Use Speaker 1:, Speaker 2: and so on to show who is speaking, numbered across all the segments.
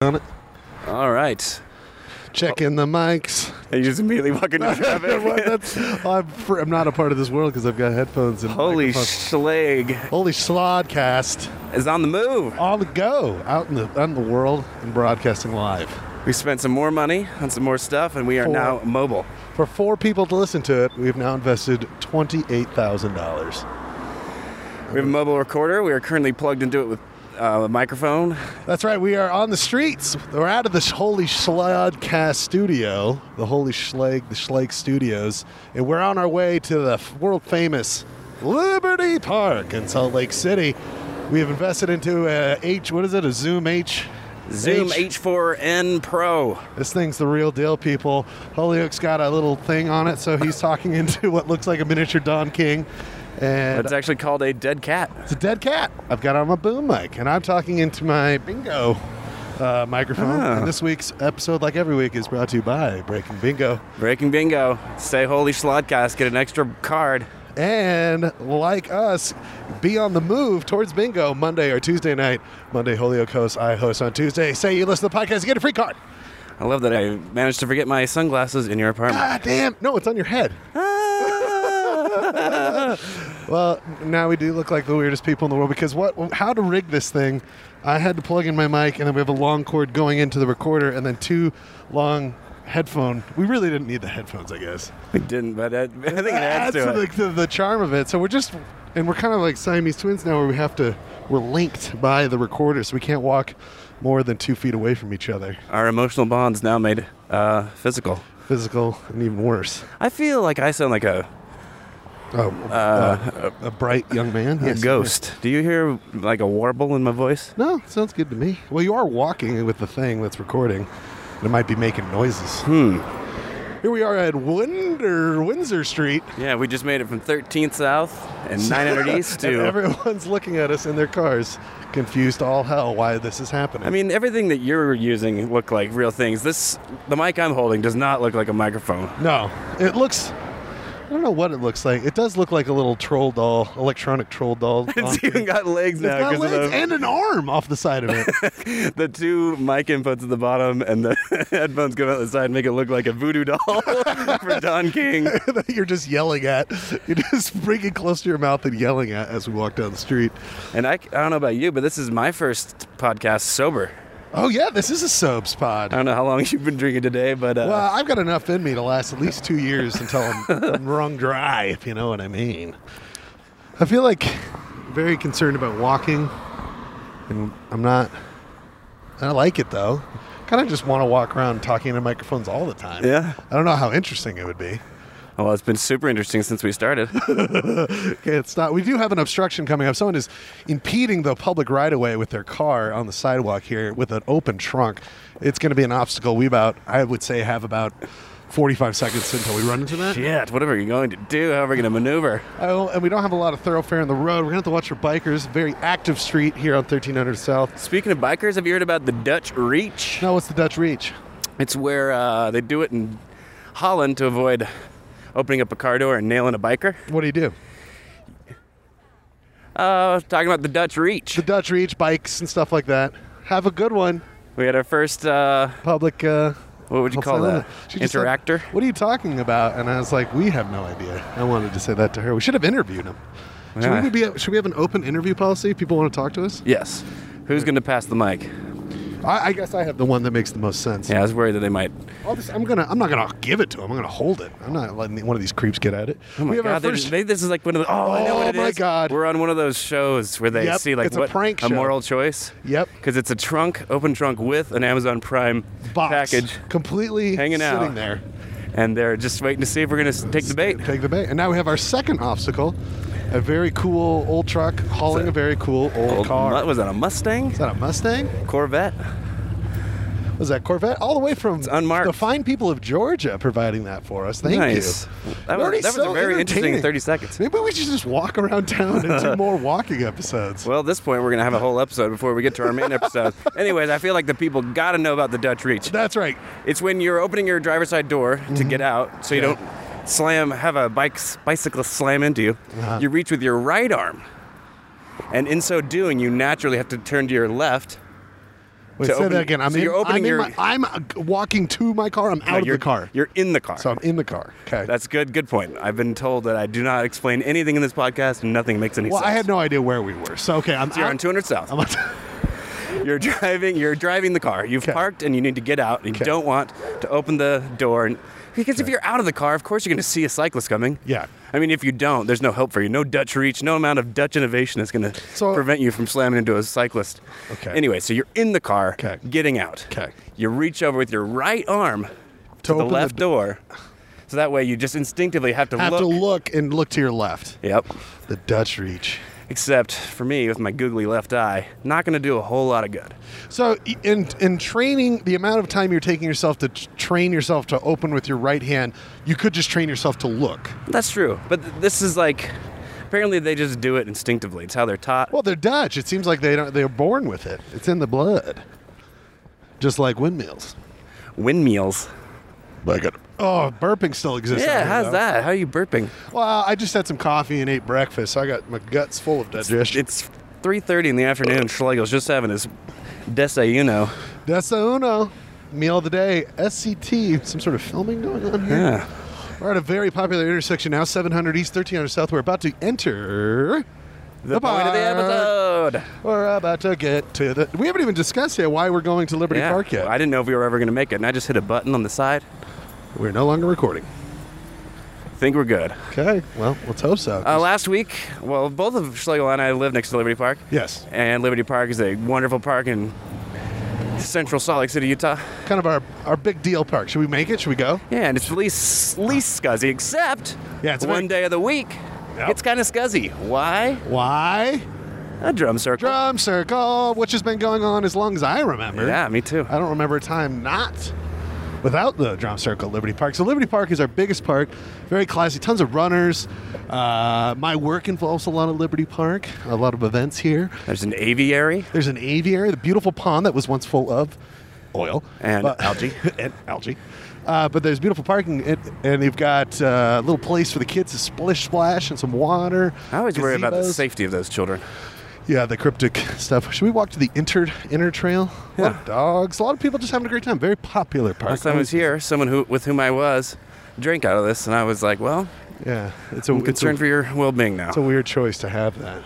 Speaker 1: on it.
Speaker 2: All right.
Speaker 1: Checking the mics.
Speaker 2: And you just immediately walk into
Speaker 1: Well,
Speaker 2: traffic.
Speaker 1: that's- I'm, fr- I'm not a part of this world because I've got headphones and
Speaker 2: Holy
Speaker 1: microphones.
Speaker 2: schlag
Speaker 1: Holy Slodcast.
Speaker 2: is on the move.
Speaker 1: On the go, out in the, out in the world and broadcasting live.
Speaker 2: We spent some more money on some more stuff, and we are
Speaker 1: Four.
Speaker 2: now mobile.
Speaker 1: For four people to listen to it, we've now invested $28,000.
Speaker 2: We have a mobile recorder. We are currently plugged into it with uh, a microphone.
Speaker 1: That's right, we are on the streets. We're out of this Holy Slodcast studio, the Holy Schlag, the Schlag Studios, and we're on our way to the f- world famous Liberty Park in Salt Lake City. We have invested into a H, what is it, a Zoom H?
Speaker 2: Zoom H4n Pro.
Speaker 1: This thing's the real deal, people. Holyoke's got a little thing on it, so he's talking into what looks like a miniature Don King. And
Speaker 2: That's actually called a dead cat.
Speaker 1: it's a dead cat. I've got on my boom mic, and I'm talking into my bingo uh, microphone.
Speaker 2: Ah.
Speaker 1: And this week's episode, like every week, is brought to you by Breaking Bingo.
Speaker 2: Breaking bingo. Say holy slodcast. Get an extra card.
Speaker 1: And like us, be on the move towards bingo Monday or Tuesday night. Monday, Holyoke hosts, I host on Tuesday. Say you listen to the podcast, you get a free card.
Speaker 2: I love that I managed to forget my sunglasses in your apartment.
Speaker 1: God Ah, damn. No, it's on your head. Well, now we do look like the weirdest people in the world because what? How to rig this thing? I had to plug in my mic, and then we have a long cord going into the recorder, and then two long headphone. We really didn't need the headphones, I guess.
Speaker 2: we didn't, but that, I think it adds
Speaker 1: That's
Speaker 2: to it.
Speaker 1: like the, the charm of it. So we're just, and we're kind of like Siamese twins now, where we have to, we're linked by the recorder, so we can't walk more than two feet away from each other.
Speaker 2: Our emotional bonds now made uh, physical.
Speaker 1: Physical and even worse.
Speaker 2: I feel like I sound like a,
Speaker 1: Oh, uh, a bright young man.
Speaker 2: a
Speaker 1: Yes.
Speaker 2: ghost. Do you hear like a warble in my voice?
Speaker 1: No, sounds good to me. Well, you are walking with the thing that's recording, and it might be making noises. Here we are at Winder, Windsor Street.
Speaker 2: Yeah, we just made it from 13th South and 900 East
Speaker 1: And
Speaker 2: to.
Speaker 1: everyone's looking at us in their cars, confused to all hell why this is happening.
Speaker 2: I mean, everything that you're using look like real things. This, the mic I'm holding, does not look like a microphone.
Speaker 1: no, it looks. I don't know what it looks like. It does look like a little troll doll, electronic troll doll.
Speaker 2: It's even got legs
Speaker 1: It's
Speaker 2: now
Speaker 1: got
Speaker 2: because
Speaker 1: legs
Speaker 2: of
Speaker 1: and an arm off the side of it.
Speaker 2: the, the two mic inputs at the bottom and the headphones go out the side and make it look like a voodoo doll for Don King.
Speaker 1: that you're just yelling at. You're just bringing close to your mouth and yelling at as we walk down the street.
Speaker 2: And I, I don't know about you, but this is my first podcast sober.
Speaker 1: Oh yeah, this is a soaps pod.
Speaker 2: I don't know how long you've been drinking today, but uh,
Speaker 1: Well, I've got enough in me to last at least two years until I'm wrung dry, if you know what I mean. I feel like very concerned about walking, and I'm not. I like it though. Kind of just want to walk around talking to microphones all the time.
Speaker 2: Yeah.
Speaker 1: I don't know how interesting it would be.
Speaker 2: well, it's been super interesting since we started.
Speaker 1: Okay, it's not. We do have an obstruction coming up. Someone is impeding the public right of way with their car on the sidewalk here with an open trunk. It's going to be an obstacle. We about, I would say, have about 45 seconds until we run into that.
Speaker 2: Shit, what are we going to do? How are we going to maneuver?
Speaker 1: Oh, and we don't have a lot of thoroughfare on the road. We're gonna have to watch for bikers. Very active street here on 1300 South.
Speaker 2: Speaking of bikers, have you heard about the Dutch Reach?
Speaker 1: No, what's the Dutch Reach?
Speaker 2: It's where uh, they do it in Holland to avoid opening up a car door and nailing a biker.
Speaker 1: What do you do?
Speaker 2: Uh, talking about the Dutch Reach.
Speaker 1: The Dutch Reach bikes and stuff like that. Have a good one,
Speaker 2: We had our first, uh,
Speaker 1: public. Uh,
Speaker 2: what would you
Speaker 1: outside
Speaker 2: call
Speaker 1: limit.
Speaker 2: that?
Speaker 1: She just said,
Speaker 2: Interactor?
Speaker 1: what are you talking about? And I was like, we have no idea. I wanted to say that to her. We should have interviewed him.
Speaker 2: Yeah.
Speaker 1: Should, we be, should we have an open interview policy? If people want to talk to us?
Speaker 2: Yes. Who's going to pass the mic?
Speaker 1: I, I guess I have the one that makes the most sense.
Speaker 2: Yeah, I was worried that they might.
Speaker 1: I'll just- I'm gonna. I'm not gonna give it to him. I'm gonna hold it. I'm not letting one of these creeps get at it.
Speaker 2: Oh my
Speaker 1: we have
Speaker 2: God,
Speaker 1: our
Speaker 2: they're-
Speaker 1: first.
Speaker 2: they- this is like one of the. Oh, I know what
Speaker 1: Oh
Speaker 2: it
Speaker 1: my
Speaker 2: is.
Speaker 1: God.
Speaker 2: We're on one of those shows where they
Speaker 1: Yep,
Speaker 2: see like
Speaker 1: it's a
Speaker 2: what
Speaker 1: prank show.
Speaker 2: moral choice.
Speaker 1: Yep.
Speaker 2: Because it's a trunk, open trunk with an Amazon Prime
Speaker 1: box
Speaker 2: package,
Speaker 1: completely
Speaker 2: Hanging out.
Speaker 1: sitting there.
Speaker 2: and they're just waiting to see if we're going to take the bait.
Speaker 1: Take the bait. And now we have our second obstacle, a very cool old truck hauling a, very cool old,
Speaker 2: Old
Speaker 1: car.
Speaker 2: mu- was that a Mustang?
Speaker 1: Is that a Mustang?
Speaker 2: Corvette?
Speaker 1: Was that Corvette? All the way from
Speaker 2: unmarked.
Speaker 1: the fine people of Georgia providing that for us. Thank
Speaker 2: nice.
Speaker 1: you.
Speaker 2: That
Speaker 1: Lord,
Speaker 2: was,
Speaker 1: he's
Speaker 2: that was
Speaker 1: so
Speaker 2: a very interesting
Speaker 1: entertaining.
Speaker 2: 30 seconds.
Speaker 1: Maybe we should just walk around town and do more walking episodes.
Speaker 2: Well, at this point, we're going to have a whole episode before we get to our main episode. Anyways, I feel like the people got to know about the Dutch Reach.
Speaker 1: That's right.
Speaker 2: It's when you're opening your driver's side door to get out, so you
Speaker 1: Mm-hmm. Yeah.
Speaker 2: don't slam have a bike bicyclist slam into you.
Speaker 1: Uh-huh.
Speaker 2: You reach with your right arm, and in so doing, you naturally have to turn to your left
Speaker 1: Wait,
Speaker 2: to
Speaker 1: say
Speaker 2: open-
Speaker 1: that again. I'm
Speaker 2: so
Speaker 1: in,
Speaker 2: you're opening
Speaker 1: I'm in
Speaker 2: your-
Speaker 1: my- I'm uh, walking to my car. I'm out
Speaker 2: No,
Speaker 1: of
Speaker 2: you're-
Speaker 1: the car.
Speaker 2: You're in the car.
Speaker 1: So I'm in the car. Okay.
Speaker 2: That's good. Good point. I've been told that I do not explain anything in this podcast, and nothing makes any
Speaker 1: well,
Speaker 2: sense.
Speaker 1: I had no idea where we were. So okay, I'm
Speaker 2: You're
Speaker 1: out-
Speaker 2: on 200 South.
Speaker 1: I'm on-
Speaker 2: You're driving. You're driving the car. You've
Speaker 1: Okay.
Speaker 2: parked, and you need to get out. You don't want to open the door, and, because if you're out of the car, of course you're going to see a cyclist coming.
Speaker 1: Yeah.
Speaker 2: I mean, if you don't, there's no help for you. No Dutch reach. No amount of Dutch innovation is going to
Speaker 1: So-
Speaker 2: prevent you from slamming into a cyclist.
Speaker 1: Okay.
Speaker 2: Anyway, so you're in the car,
Speaker 1: Okay.
Speaker 2: getting out.
Speaker 1: Okay.
Speaker 2: You reach over with your right arm to, the
Speaker 1: open the
Speaker 2: left door, so that way you just instinctively have to
Speaker 1: have
Speaker 2: look.
Speaker 1: to look and look to your left.
Speaker 2: Yep.
Speaker 1: The Dutch reach.
Speaker 2: Except for me, with my googly left eye, not going to do a whole lot of good.
Speaker 1: So i- in in training, the amount of time you're taking yourself to t- train yourself to open with your right hand, you could just train yourself to look.
Speaker 2: That's true. But th- this is like, apparently they just do it instinctively. It's how they're taught.
Speaker 1: Well, they're Dutch. It seems like they don't, they're born with it. It's in the blood. Just like windmills.
Speaker 2: Windmills.
Speaker 1: Like it. Oh, burping still exists. out
Speaker 2: Yeah,
Speaker 1: here,
Speaker 2: how's
Speaker 1: though.
Speaker 2: that? How are you burping?
Speaker 1: Well, I just had some coffee and ate breakfast, so I got my guts full of digestion.
Speaker 2: It's 3.30 in the afternoon. Schlegel's just having his desayuno.
Speaker 1: That's the uno meal of the day. SCT. Some sort of filming going on here.
Speaker 2: Yeah.
Speaker 1: We're at a very popular intersection now, 700 East, 1300 South. We're about to enter.
Speaker 2: The point of the
Speaker 1: park.
Speaker 2: episode.
Speaker 1: We're about to get to the. We haven't even discussed yet why we're going to Liberty
Speaker 2: Yeah.
Speaker 1: Park yet.
Speaker 2: I didn't know if we were ever going to make it, and I just hit a button on the side.
Speaker 1: we're no longer recording.
Speaker 2: Think we're good.
Speaker 1: Okay. Well, let's hope so.
Speaker 2: Uh, last week, well, both of Schlegel and I live next to Liberty Park.
Speaker 1: yes.
Speaker 2: and Liberty Park is a wonderful park in central Salt Lake City, Utah.
Speaker 1: Kind of our our big deal park. Should we make it? Should we go?
Speaker 2: Yeah, and it's least least scuzzy, except
Speaker 1: Yeah, it's a
Speaker 2: one
Speaker 1: big-
Speaker 2: day of the week.
Speaker 1: Yep.
Speaker 2: It's kind of scuzzy. Why?
Speaker 1: Why?
Speaker 2: A drum circle.
Speaker 1: Drum circle, which has been going on as long as I remember.
Speaker 2: Yeah, me too.
Speaker 1: I don't remember a time not without the drum circle at Liberty Park. So Liberty Park is our biggest park, very classy, tons of runners. Uh, my work involves a lot of Liberty Park, a lot of events here.
Speaker 2: There's an aviary.
Speaker 1: There's an aviary, the beautiful pond that was once full of oil
Speaker 2: And
Speaker 1: But-
Speaker 2: algae.
Speaker 1: and algae. Uh, but there's beautiful parking, and, and they've got uh, a little place for the kids to splish splash and some water.
Speaker 2: I always worry about the
Speaker 1: gazebos.
Speaker 2: safety of those children.
Speaker 1: Yeah, the cryptic stuff. Should we walk to the inter inner trail? A lot
Speaker 2: Yeah.
Speaker 1: of dogs. A lot of people just having a great time. Very popular park.
Speaker 2: Last time I was here, someone who with whom I was drank out of this, and I was like, "Well,
Speaker 1: Yeah, it's a
Speaker 2: I'm
Speaker 1: it's a,
Speaker 2: concerned for your well-being now."
Speaker 1: it's a weird choice to have that.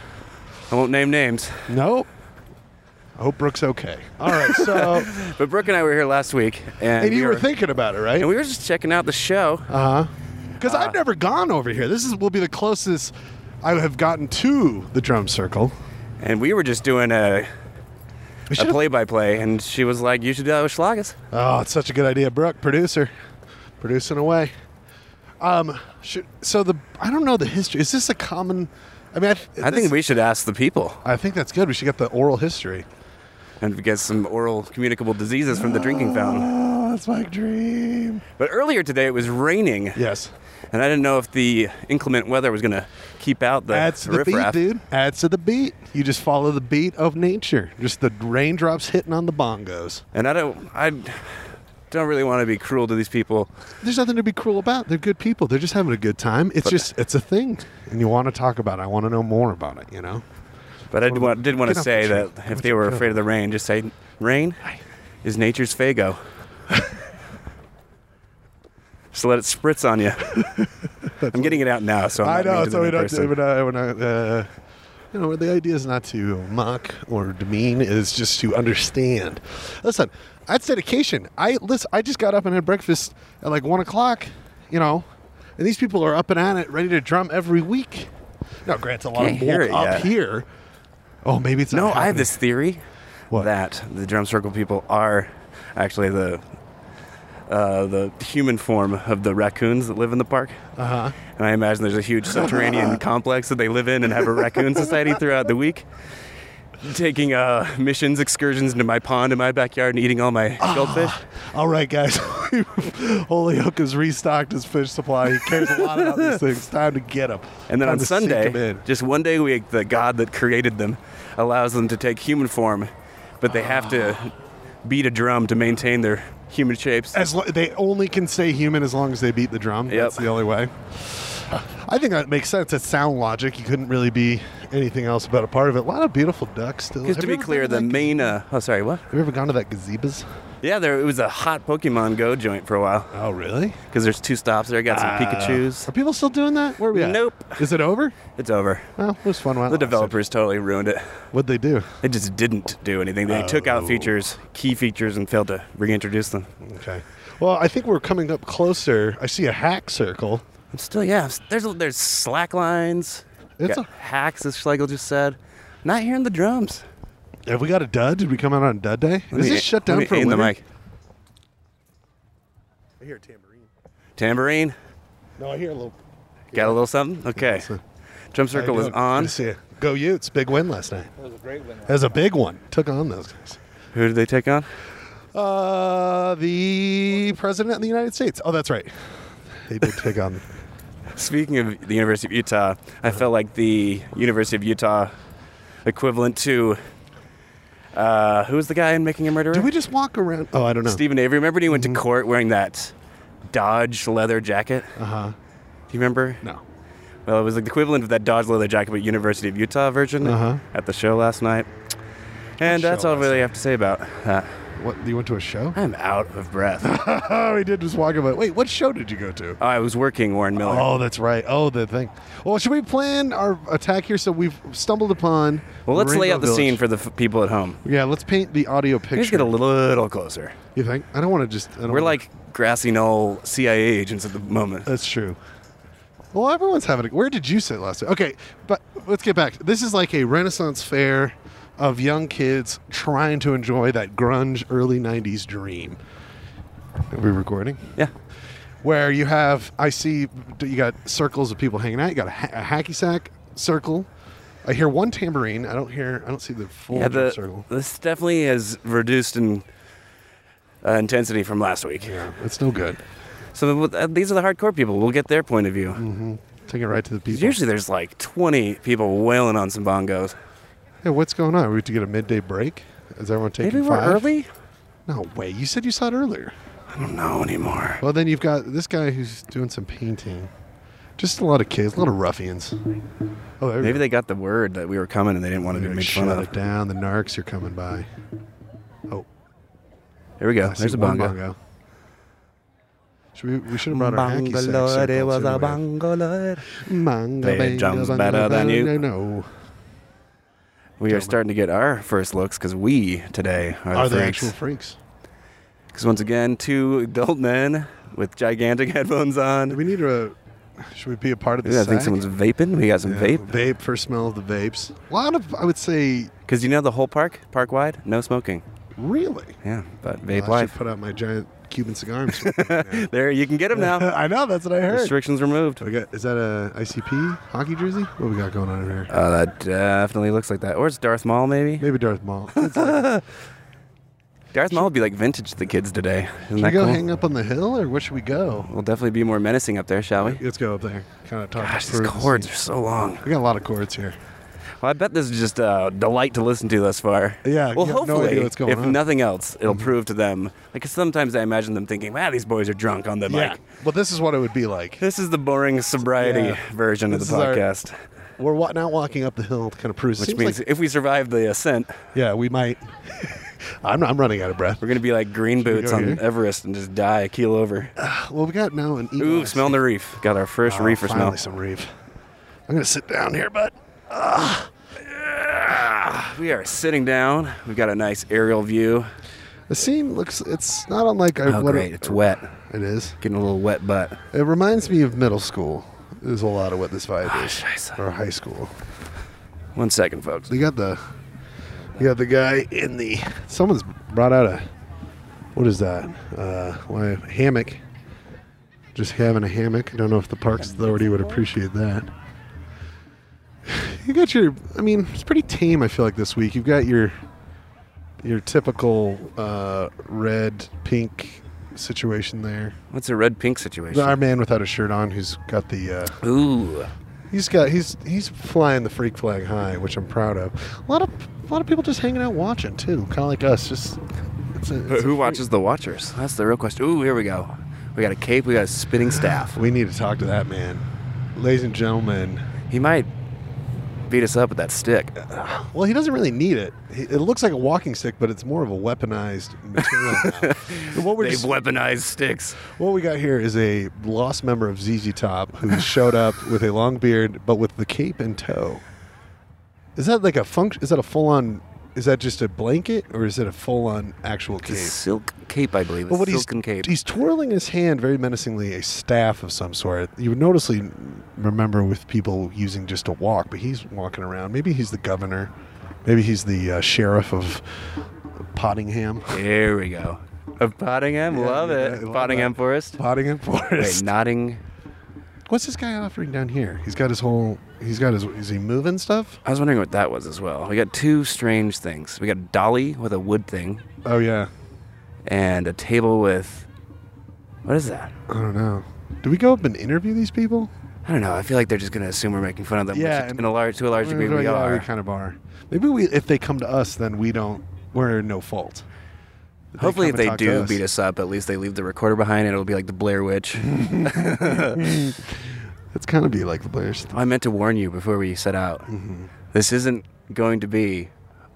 Speaker 2: I won't name names,
Speaker 1: Nope. I hope Brooke's okay. All right, so
Speaker 2: but Brooke and I were here last week, and,
Speaker 1: and
Speaker 2: we
Speaker 1: you were
Speaker 2: were-
Speaker 1: thinking about it, right?
Speaker 2: and we uh, were just checking out the show.
Speaker 1: Uh-huh. Because I've never gone over here. This is will be the closest I have gotten to the drum circle.
Speaker 2: And we were just doing a,
Speaker 1: We
Speaker 2: a
Speaker 1: should've-
Speaker 2: play-by-play, and she was like, "You should do that with Schlagas."
Speaker 1: Oh, it's such a good idea, Brooke, producer, producing away. Um, should, so the I don't know the history. Is this a common? I mean, I, th-
Speaker 2: I
Speaker 1: this-
Speaker 2: think we should ask the people
Speaker 1: I think that's good. We should get the oral history.
Speaker 2: and get some oral communicable diseases from the drinking fountain.
Speaker 1: Oh, that's my dream.
Speaker 2: But earlier today, it was raining,
Speaker 1: Yes,
Speaker 2: and I didn't know if the inclement weather was going to keep out the
Speaker 1: adds to the beat,
Speaker 2: riffraff.
Speaker 1: dude. Adds to the beat. You just follow the beat of nature. Just the raindrops hitting on the bongos.
Speaker 2: And I don't, I don't really want to be cruel to these people.
Speaker 1: There's nothing to be cruel about. They're good people. They're just having a good time. It's just it's a thing, and you want to talk about. it. I want to know more about it. You know.
Speaker 2: But I did want, did want
Speaker 1: Get
Speaker 2: to
Speaker 1: off
Speaker 2: say
Speaker 1: the tree.
Speaker 2: that if they were afraid of the rain, just say, "Rain is nature's Fago." Just let it spritz on you. I'm getting it out now, so I'm
Speaker 1: I
Speaker 2: not mean
Speaker 1: know.
Speaker 2: to
Speaker 1: So
Speaker 2: the
Speaker 1: we don't.
Speaker 2: person.
Speaker 1: We're not, we're not uh, you know, the idea is not to mock or demean. Is just to understand. Listen, that's dedication. I listen. I just got up and had breakfast at like one o'clock. You know, and these people are up and at it, ready to drum every week. No, Grant's a lot
Speaker 2: Can't
Speaker 1: of
Speaker 2: hear
Speaker 1: woke
Speaker 2: it
Speaker 1: up
Speaker 2: yet.
Speaker 1: here. Oh, maybe it's not
Speaker 2: No, I have
Speaker 1: happening.
Speaker 2: this theory
Speaker 1: What?
Speaker 2: that the drum circle people are actually the uh, the human form of the raccoons that live in the park.
Speaker 1: Uh.
Speaker 2: Uh-huh. And I imagine there's a huge subterranean complex that they live in and have a raccoon society throughout the week. Taking uh, missions excursions into my pond in my backyard and eating all my goldfish.
Speaker 1: All right, guys. Holyoke's restocked his fish supply. He cares a lot about these things. Time to get them.
Speaker 2: And then on Sunday,
Speaker 1: in.
Speaker 2: just one day a week, the God that created them allows them to take human form, but they have to beat a drum to maintain their human shapes.
Speaker 1: as lo- they only can stay human as long as they beat the drum.
Speaker 2: Yep.
Speaker 1: That's the only way. I think that makes sense. It's sound logic. You couldn't really be anything else about a part of it. A lot of beautiful ducks still.
Speaker 2: Because
Speaker 1: Have
Speaker 2: to
Speaker 1: you
Speaker 2: be
Speaker 1: ever
Speaker 2: clear,
Speaker 1: been
Speaker 2: the
Speaker 1: to that-
Speaker 2: main. Uh, oh, sorry, what?
Speaker 1: Have you ever gone to that gazebas?
Speaker 2: Yeah, there it was a hot Pokemon Go joint for a while.
Speaker 1: Oh, really?
Speaker 2: Because there's two stops there. Got some
Speaker 1: Ah.
Speaker 2: Pikachu's.
Speaker 1: Uh, Are people still doing that? Where are we at?
Speaker 2: Nope.
Speaker 1: Is it over?
Speaker 2: It's over.
Speaker 1: Well, it was fun. while it
Speaker 2: The
Speaker 1: lasted.
Speaker 2: developers totally ruined it.
Speaker 1: What'd they do?
Speaker 2: They just didn't do anything. They took out
Speaker 1: Oh.
Speaker 2: features, key features, and failed to reintroduce them.
Speaker 1: Okay. Well, I think we're coming up closer. I see a hack circle.
Speaker 2: I'm still, yeah. I'm s- There's there's slack lines.
Speaker 1: It's
Speaker 2: got
Speaker 1: a-
Speaker 2: hacks, as Schlegel just said. Not hearing the drums.
Speaker 1: Have we got a dud? Did we come out on dud day?
Speaker 2: Let
Speaker 1: Is
Speaker 2: me-
Speaker 1: this shut
Speaker 2: let
Speaker 1: down
Speaker 2: me
Speaker 1: for a
Speaker 2: aim the
Speaker 1: winter?
Speaker 2: mic.
Speaker 1: I hear a tambourine.
Speaker 2: Tambourine.
Speaker 1: No, I hear a little.
Speaker 2: Got a little something. Okay.
Speaker 1: so-
Speaker 2: Drum circle is on.
Speaker 1: Good to see ya. Go Utes! Big win last night.
Speaker 3: That was a great win.
Speaker 1: That was a big one. Took on those guys.
Speaker 2: Who did they take on?
Speaker 1: Uh, the president of the United States. Oh, that's right. They did take on.
Speaker 2: Speaking of the University of Utah, I felt like the University of Utah equivalent to uh, who was the guy in Making a Murderer?
Speaker 1: Did we just walk around? Oh, I don't know.
Speaker 2: Stephen Avery. Remember when he went to court wearing that Dodge leather jacket?
Speaker 1: Uh huh.
Speaker 2: Do you remember?
Speaker 1: No.
Speaker 2: Well, it was like the equivalent of that Dodge leather jacket, but University of Utah version
Speaker 1: Uh-huh.
Speaker 2: at the show last night. And
Speaker 1: show
Speaker 2: that's all I
Speaker 1: last
Speaker 2: really have to say about that.
Speaker 1: What? You went to a show?
Speaker 2: I'm out of breath. oh,
Speaker 1: Oh, we did just walk about. Wait, what show did you go to?
Speaker 2: I was working Warren Miller.
Speaker 1: Oh, that's right. Oh, the thing. Well, should we plan our attack here? So we've stumbled upon.
Speaker 2: well, let's lay
Speaker 1: Rainbow
Speaker 2: out the
Speaker 1: Village.
Speaker 2: scene for the f- people at home.
Speaker 1: Yeah, let's paint the audio picture.
Speaker 2: Let's get a little closer.
Speaker 1: You think? I don't want to just. I don't
Speaker 2: We're
Speaker 1: wanna-
Speaker 2: like grassy knoll CIA agents at the moment.
Speaker 1: That's true. Well, everyone's having. A, where did you sit last week? Okay, but let's get back. This is like a Renaissance fair of young kids trying to enjoy that grunge early '90s dream. Are we recording?
Speaker 2: yeah.
Speaker 1: Where you have, I see, you got circles of people hanging out. You got a, ha- a hacky sack circle. I hear one tambourine. I don't hear. I don't see the full
Speaker 2: Yeah, the,
Speaker 1: circle.
Speaker 2: this definitely has reduced in uh, intensity from last week.
Speaker 1: Yeah, it's no good.
Speaker 2: So with- uh, these are the hardcore people. We'll get their point of view.
Speaker 1: Mm-hmm. Take it right to the people.
Speaker 2: Usually there's like 20 people wailing on some bongos.
Speaker 1: Hey, what's going on? Are we to get a midday break? Is everyone taking
Speaker 2: Maybe we're
Speaker 1: five?
Speaker 2: early?
Speaker 1: No way. You said you saw it earlier.
Speaker 2: I don't know anymore.
Speaker 1: Well, then you've got this guy who's doing some painting. Just a lot of kids, a lot of ruffians. Oh, there we
Speaker 2: Maybe
Speaker 1: go.
Speaker 2: they got the word that we were coming and they didn't want to be
Speaker 1: They're
Speaker 2: made
Speaker 1: shut
Speaker 2: fun
Speaker 1: it
Speaker 2: of.
Speaker 1: down. The narcs are coming by. Oh,
Speaker 2: Here we go.
Speaker 1: I see
Speaker 2: There's a
Speaker 1: one
Speaker 2: bongo.
Speaker 1: Should we, we should have brought our hacky sack
Speaker 2: lord, it
Speaker 1: circles
Speaker 2: was a
Speaker 1: anyway.
Speaker 2: bongo lord.
Speaker 1: Bongo,
Speaker 2: Play
Speaker 1: bango,
Speaker 2: drums
Speaker 1: bongo,
Speaker 2: better than you.
Speaker 1: bongo, No,
Speaker 2: We are starting to get our first looks because we today are,
Speaker 1: are
Speaker 2: the
Speaker 1: they
Speaker 2: freaks.
Speaker 1: actual freaks?
Speaker 2: Because once again, two adult men with gigantic headphones on.
Speaker 1: Do we need a? Should we be a part of this?
Speaker 2: Yeah, I think
Speaker 1: sack?
Speaker 2: someone's vaping. We got some
Speaker 1: Yeah,
Speaker 2: vape.
Speaker 1: Vape. First smell of the vapes. A lot of, I would say,
Speaker 2: Because you know the whole park, park wide, no smoking.
Speaker 1: really.
Speaker 2: Yeah, but
Speaker 1: I
Speaker 2: vape
Speaker 1: should
Speaker 2: life.
Speaker 1: put out my giant Cuban cigar. I'm
Speaker 2: There, you can get them now.
Speaker 1: I know that's what I heard.
Speaker 2: Restrictions removed.
Speaker 1: We got, is that a ICP hockey jersey? What we got going on over here?
Speaker 2: Uh, that definitely looks like that. Or it's Darth Maul, maybe.
Speaker 1: Maybe Darth Maul. It's like-
Speaker 2: Darth Maul would be like vintage to the kids today. Isn't
Speaker 1: should we
Speaker 2: that
Speaker 1: go
Speaker 2: cool?
Speaker 1: hang up on the hill, or where should we go?
Speaker 2: We'll definitely be more menacing up there, shall we?
Speaker 1: Let's go up there. Kind of talk.
Speaker 2: Gosh, these
Speaker 1: through the
Speaker 2: cords
Speaker 1: scene.
Speaker 2: are so long.
Speaker 1: We got a lot of chords here.
Speaker 2: Well, I bet this is just a delight to listen to thus far.
Speaker 1: Yeah,
Speaker 2: Well,
Speaker 1: Uh, you have no idea
Speaker 2: hopefully,
Speaker 1: what's going
Speaker 2: if
Speaker 1: on. Mm-hmm.
Speaker 2: nothing else, it'll prove to them. Like sometimes I imagine them thinking, "Wow, these boys are drunk on the mic."
Speaker 1: Well, this is what it would be like.
Speaker 2: This is the boring sobriety
Speaker 1: Yeah.
Speaker 2: version
Speaker 1: This
Speaker 2: of the
Speaker 1: is our-
Speaker 2: podcast,
Speaker 1: We're wa- now walking up the hill to kind of prove.
Speaker 2: which means if we survive the ascent,
Speaker 1: yeah, we might. I'm, I'm running out of breath.
Speaker 2: we're gonna be like green
Speaker 1: we
Speaker 2: boots
Speaker 1: go
Speaker 2: on
Speaker 1: here?
Speaker 2: Everest and just die keel over.
Speaker 1: Well, we got now an email.
Speaker 2: Ooh, smelling the reef. Got our first
Speaker 1: Oh,
Speaker 2: reefer smell.
Speaker 1: finally some reef. I'm gonna sit down here, bud.
Speaker 2: We are sitting down. We've got a nice aerial view.
Speaker 1: The scene looks. It's not unlike. I,
Speaker 2: Oh,
Speaker 1: what
Speaker 2: great!
Speaker 1: It,
Speaker 2: it's wet.
Speaker 1: it is.
Speaker 2: Getting a little wet butt.
Speaker 1: It reminds me of middle school. Is a lot of what this vibe is,
Speaker 2: scheiße.
Speaker 1: or high school.
Speaker 2: One second, folks.
Speaker 1: You got the you got the guy in the someone's brought out a what is that? Uh why hammock. Just having a hammock. I don't know if the parks authority would appreciate that. You got your I mean, it's pretty tame I feel like this week. You've got your your typical uh red pink situation there.
Speaker 2: What's a red pink situation?
Speaker 1: Our man without a shirt on who's got the uh
Speaker 2: Ooh.
Speaker 1: He's got he's he's flying the freak flag high, which I'm proud of. A lot of a lot of people just hanging out watching too, kind of like us. Just it's a,
Speaker 2: But
Speaker 1: it's a
Speaker 2: who
Speaker 1: freak-
Speaker 2: watches the Watchers? That's the real question. Ooh, here we go. We got a cape. We got a spinning staff.
Speaker 1: We need to talk to that man. Ladies and gentlemen,
Speaker 2: He might beat us up with that stick.
Speaker 1: well, he doesn't really need it. He- It looks like a walking stick, but it's more of a weaponized material. now. what we're
Speaker 2: They've
Speaker 1: just-
Speaker 2: weaponized sticks.
Speaker 1: What we got here is a lost member of ZZ Top who showed up with a long beard, but with the cape and toe. Is that like a function? Is that a full-on? Is that just a blanket, or is it a full-on actual
Speaker 2: It's a
Speaker 1: cape?
Speaker 2: silk cape, I believe. A
Speaker 1: But what he's
Speaker 2: silken cape.
Speaker 1: he's twirling his hand very menacingly, a staff of some sort. You would noticeably remember with people using just a walk, but he's walking around. Maybe he's the governor. Maybe he's the uh, sheriff of Pottingham.
Speaker 2: There we go. Of Pottingham,
Speaker 1: Yeah,
Speaker 2: love
Speaker 1: yeah, I
Speaker 2: it.
Speaker 1: love
Speaker 2: Pottingham
Speaker 1: that.
Speaker 2: Forest.
Speaker 1: Pottingham Forest.
Speaker 2: Wait, Notting.
Speaker 1: What's this guy offering down here? He's got his whole. He's got his. Is he moving stuff?
Speaker 2: I was wondering what that was as well. We got two strange things. We got dolly with a wood thing,
Speaker 1: Oh yeah.
Speaker 2: and a table with. What is that?
Speaker 1: I don't know. Do we go up and interview these people?
Speaker 2: I don't know. I feel like they're just gonna assume we're making fun of them.
Speaker 1: Yeah,
Speaker 2: which
Speaker 1: and-
Speaker 2: in a large, to a large degree, we
Speaker 1: Yeah,
Speaker 2: are.
Speaker 1: kind of are. Maybe we. If they come to us, then we don't. We're no fault. If
Speaker 2: Hopefully,
Speaker 1: come
Speaker 2: if they
Speaker 1: and talk to
Speaker 2: do beat us up, at least they leave the recorder behind, and it'll be like the Blair Witch.
Speaker 1: it's kind of be like the players.
Speaker 2: I meant to warn you before we set out.
Speaker 1: Mm-hmm.
Speaker 2: This isn't going to be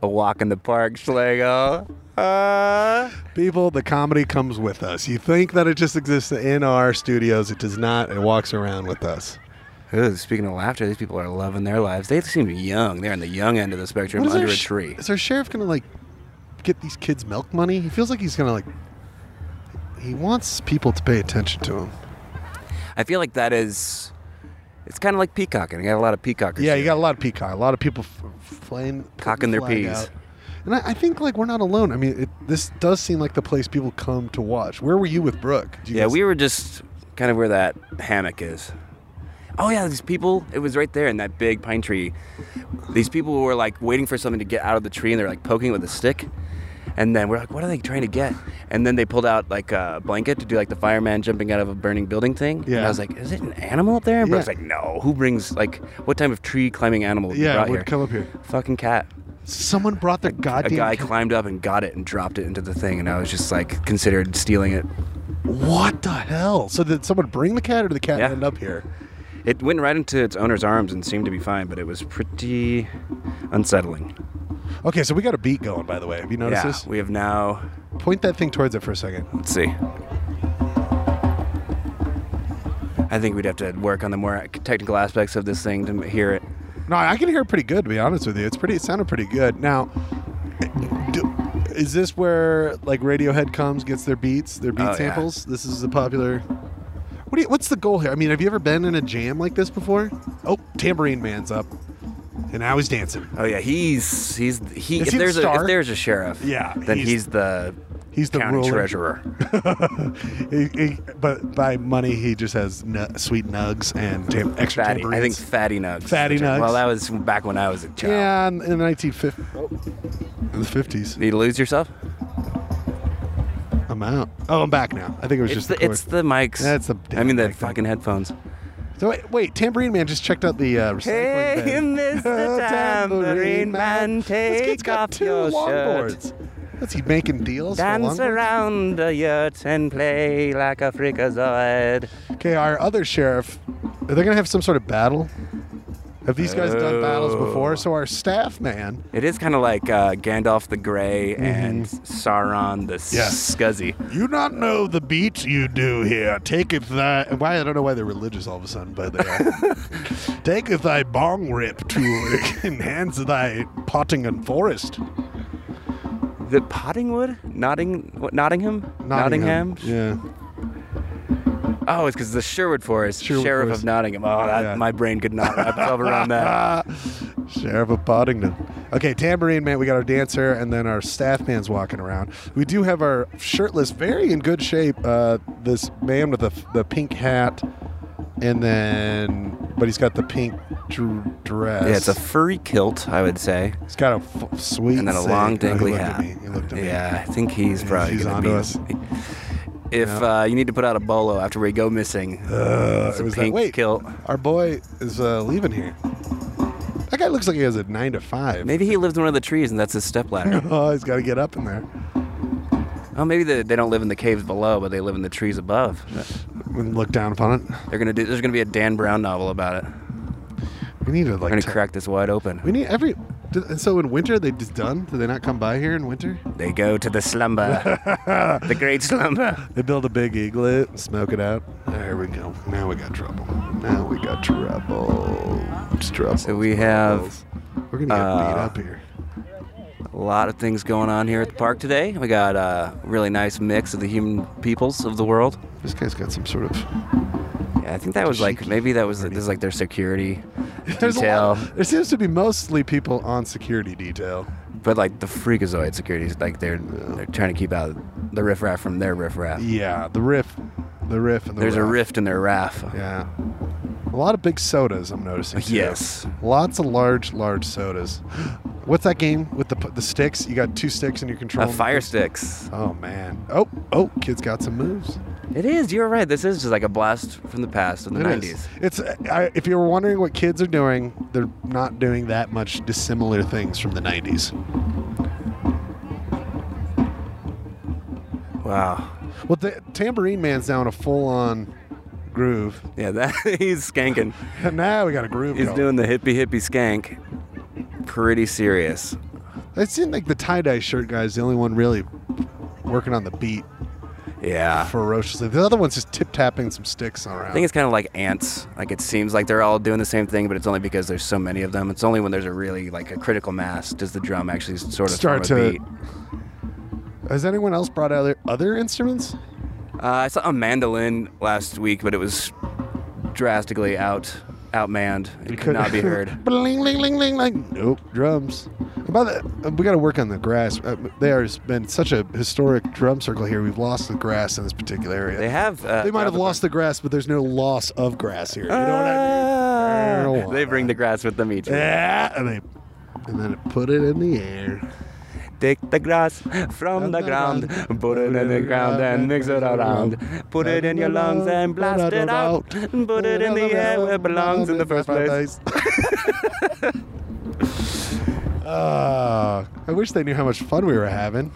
Speaker 2: a walk in the park, Schlegel. Uh,
Speaker 1: People, the comedy comes with us. You think that it just exists in our studios? It does not. It walks around with us.
Speaker 2: Ooh, speaking of laughter, these people are loving their lives. They seem young. They're on the young end of the spectrum,
Speaker 1: What is
Speaker 2: under
Speaker 1: our
Speaker 2: a
Speaker 1: sh-
Speaker 2: tree.
Speaker 1: Is our sheriff gonna like get these kids milk money? He feels like he's gonna like. He wants people to pay attention to him.
Speaker 2: I feel like that is. It's kind of like peacocking. You got a lot of peacockers.
Speaker 1: Yeah,
Speaker 2: here.
Speaker 1: you got a lot of peacock. A lot of people f- f- flying, putting
Speaker 2: Cocking
Speaker 1: the
Speaker 2: their
Speaker 1: flag
Speaker 2: peas.
Speaker 1: out. And I, I think like we're not alone. I mean, it, this does seem like the place people come to watch. Where were you with Brooke? Did you
Speaker 2: Yeah,
Speaker 1: guys-
Speaker 2: we were just kind of where that hammock is. Oh yeah, these people. It was right there in that big pine tree. These people were like waiting for something to get out of the tree, and they're like poking it with a stick. And then we're like, what are they trying to get? And then they pulled out like a blanket to do like the fireman jumping out of a burning building thing. And
Speaker 1: Yeah.
Speaker 2: I was like, is it an animal up there? And Brooke's
Speaker 1: Yeah.
Speaker 2: like, no. Who brings like what type of tree climbing animal? would be
Speaker 1: Yeah,
Speaker 2: brought
Speaker 1: would
Speaker 2: here?
Speaker 1: come up here.
Speaker 2: Fucking cat.
Speaker 1: Someone brought their
Speaker 2: A
Speaker 1: goddamn.
Speaker 2: guy
Speaker 1: cat.
Speaker 2: climbed up and got it and dropped it into the thing, and I was just like considered stealing it.
Speaker 1: what the hell? So did someone bring the cat, or did the cat
Speaker 2: Yeah.
Speaker 1: end up here?
Speaker 2: It went right into its owner's arms and seemed to be fine, but it was pretty unsettling.
Speaker 1: Okay, so we got a beat going. By the way, have you noticed
Speaker 2: yeah,
Speaker 1: this?
Speaker 2: we have now.
Speaker 1: Point that thing towards it for a second.
Speaker 2: Let's see. I think we'd have to work on the more technical aspects of this thing to m- hear it.
Speaker 1: No, I can hear it pretty good. To be honest with you, it's pretty. It sounded pretty good. Now, do, is this where like Radiohead comes, gets their beats, their beat
Speaker 2: Oh, yeah.
Speaker 1: samples? This is the popular. What do you, what's the goal here? I mean, have you ever been in a jam like this before? Oh, Tambourine Man's up, and now he's dancing.
Speaker 2: Oh yeah, he's he's he.
Speaker 1: Is
Speaker 2: If
Speaker 1: he the
Speaker 2: there's a
Speaker 1: star?
Speaker 2: if there's a sheriff,
Speaker 1: Yeah,
Speaker 2: then
Speaker 1: he's-
Speaker 2: he's, the
Speaker 1: He's the
Speaker 2: county
Speaker 1: ruler.
Speaker 2: treasurer.
Speaker 1: He- he- but by money, he just has nu- sweet nugs and tam- extra
Speaker 2: Fatty, I think
Speaker 1: tambourines.
Speaker 2: Fatty Nugs. is
Speaker 1: Fatty
Speaker 2: the term.
Speaker 1: Nugs.
Speaker 2: Well, that was back when I was a child.
Speaker 1: yeah, in, in the 1950s, in the 50s.
Speaker 2: Did you lose yourself?
Speaker 1: I'm out. Oh, I'm back now. I think it was
Speaker 2: It's
Speaker 1: just
Speaker 2: the,
Speaker 1: the chord.
Speaker 2: it's the mics.
Speaker 1: That's the
Speaker 2: I mean the
Speaker 1: damn mic thing.
Speaker 2: fucking headphones.
Speaker 1: So wait, wait, Tambourine Man just checked out the uh, recycling
Speaker 2: Hey,
Speaker 1: bin.
Speaker 2: Mr. Tambourine Man,
Speaker 1: This kid's
Speaker 2: take
Speaker 1: got
Speaker 2: off
Speaker 1: two
Speaker 2: your
Speaker 1: longboards. What's he making deals
Speaker 2: Dance
Speaker 1: for longboards?
Speaker 2: around the yurt and play like a freakazoid.
Speaker 1: Okay, our other sheriff, are they gonna have some sort of battle? Have these guys done battles
Speaker 2: Oh.
Speaker 1: before? So our staff man,
Speaker 2: It is kind of like uh, Gandalf the Grey
Speaker 1: Mm-hmm.
Speaker 2: and Sauron the
Speaker 1: Yeah.
Speaker 2: Scuzzy.
Speaker 1: you not know the beats you do here. Taketh thy why I don't know why they're religious all of a sudden, but they are. Taketh thy bong rip to enhance thy potting and forest.
Speaker 2: The Pottingwood? Notting, what, Nottingham?
Speaker 1: Yeah.
Speaker 2: Oh, it's because the Sherwood Forest,
Speaker 1: Sherwood
Speaker 2: Sheriff
Speaker 1: Forest.
Speaker 2: of Nottingham. Oh, that,
Speaker 1: Yeah.
Speaker 2: my brain could not wrap itself around that.
Speaker 1: Ah, Sheriff of Pottingdon. Okay, tambourine man. We got our dancer, and then our staff man's walking around. We do have our shirtless, very in good shape. Uh, this man with the the pink hat, and then but he's got the pink dr- dress.
Speaker 2: Yeah, it's a furry kilt, I would say.
Speaker 1: He's got a f- sweet
Speaker 2: and then a
Speaker 1: save.
Speaker 2: long
Speaker 1: Oh, he
Speaker 2: dangly
Speaker 1: looked
Speaker 2: hat.
Speaker 1: At me. He looked at me.
Speaker 2: yeah, I think he's probably
Speaker 1: he's
Speaker 2: gonna
Speaker 1: onto
Speaker 2: be-
Speaker 1: us.
Speaker 2: If uh, you need to put out a bolo after we go missing,
Speaker 1: Uh,
Speaker 2: it's
Speaker 1: it
Speaker 2: a
Speaker 1: was like,
Speaker 2: pink
Speaker 1: wait,
Speaker 2: kilt.
Speaker 1: our boy is uh, leaving here. That guy looks like he has a nine to five.
Speaker 2: Maybe he lives in one of the trees and that's his stepladder.
Speaker 1: Oh, he's got to get up in there.
Speaker 2: oh, maybe they, they don't live in the caves below, but they live in the trees above.
Speaker 1: and look down upon it.
Speaker 2: They're gonna do. There's gonna be a Dan Brown novel about it.
Speaker 1: We need to like.
Speaker 2: We're gonna
Speaker 1: ta-
Speaker 2: crack this wide open.
Speaker 1: We need every. did- And so in winter, they just done. Do they not come by here in winter?
Speaker 2: They go to the slumber, the great slumber.
Speaker 1: They build a big eaglet, and smoke it out. There we go. Now we got trouble. Now we got trouble. It's trouble.
Speaker 2: So we have
Speaker 1: We're gonna get beat
Speaker 2: uh,
Speaker 1: up here.
Speaker 2: a lot of things going on here at the park today. We got a really nice mix of the human peoples of the world.
Speaker 1: This guy's got some sort of.
Speaker 2: Yeah, I think that was like maybe that was this is like their security
Speaker 1: a lot-
Speaker 2: detail,
Speaker 1: there seems to be mostly people on security detail.
Speaker 2: but like the freakazoid security is like they're they're trying to keep out the riffraff from their riffraff.
Speaker 1: Yeah, the riff, the riff, and the
Speaker 2: There's a
Speaker 1: raff.
Speaker 2: rift in their raff.
Speaker 1: Yeah. A lot of big sodas I'm noticing. too.
Speaker 2: Yes.
Speaker 1: Lots of large, large sodas. What's that game with the p- the sticks? You got two sticks and you control.
Speaker 2: Uh,
Speaker 1: them?
Speaker 2: fire sticks.
Speaker 1: Oh man. Oh oh, kids got some moves.
Speaker 2: It is. You're right. This is just like a blast from the past of the
Speaker 1: It
Speaker 2: 90s.
Speaker 1: is. It's I, if you were wondering what kids are doing, they're not doing that much dissimilar things from the 90s.
Speaker 2: Wow.
Speaker 1: Well, the Tambourine Man's down a full-on groove.
Speaker 2: Yeah, that he's skanking.
Speaker 1: And now we got a groove.
Speaker 2: He's
Speaker 1: going.
Speaker 2: doing the hippie hippie skank. Pretty serious.
Speaker 1: It seemed like the tie-dye shirt guy's the only one really working on the beat
Speaker 2: Yeah.
Speaker 1: ferociously. The other one's just tip-tapping some sticks around.
Speaker 2: I think it's kind of like ants. Like it seems like they're all doing the same thing, but it's only because there's so many of them. It's only when there's a really like a critical mass does the drum actually sort of
Speaker 1: Start
Speaker 2: form a
Speaker 1: to-
Speaker 2: beat.
Speaker 1: Has anyone else brought other other instruments?
Speaker 2: Uh, I saw a mandolin last week, but it was drastically out outmanned. It could not be heard.
Speaker 1: bling, bling, bling, bling, bling. Nope, drums. And by the, uh, we got to work on the grass. Uh, there's been such a historic drum circle here. We've lost the grass in this particular area.
Speaker 2: They have. Uh,
Speaker 1: They might have
Speaker 2: uh,
Speaker 1: lost the grass, but there's no loss of grass here. You know what I mean?
Speaker 2: Ah, They bring the grass with them each.
Speaker 1: Yeah, and they and then it put it in the air.
Speaker 2: Take the grass from the ground, put it in the ground and mix it around. Put it in your lungs and blast it out. Put it in the air where it belongs in the first place.
Speaker 1: Ah, I wish they knew how much fun we were having.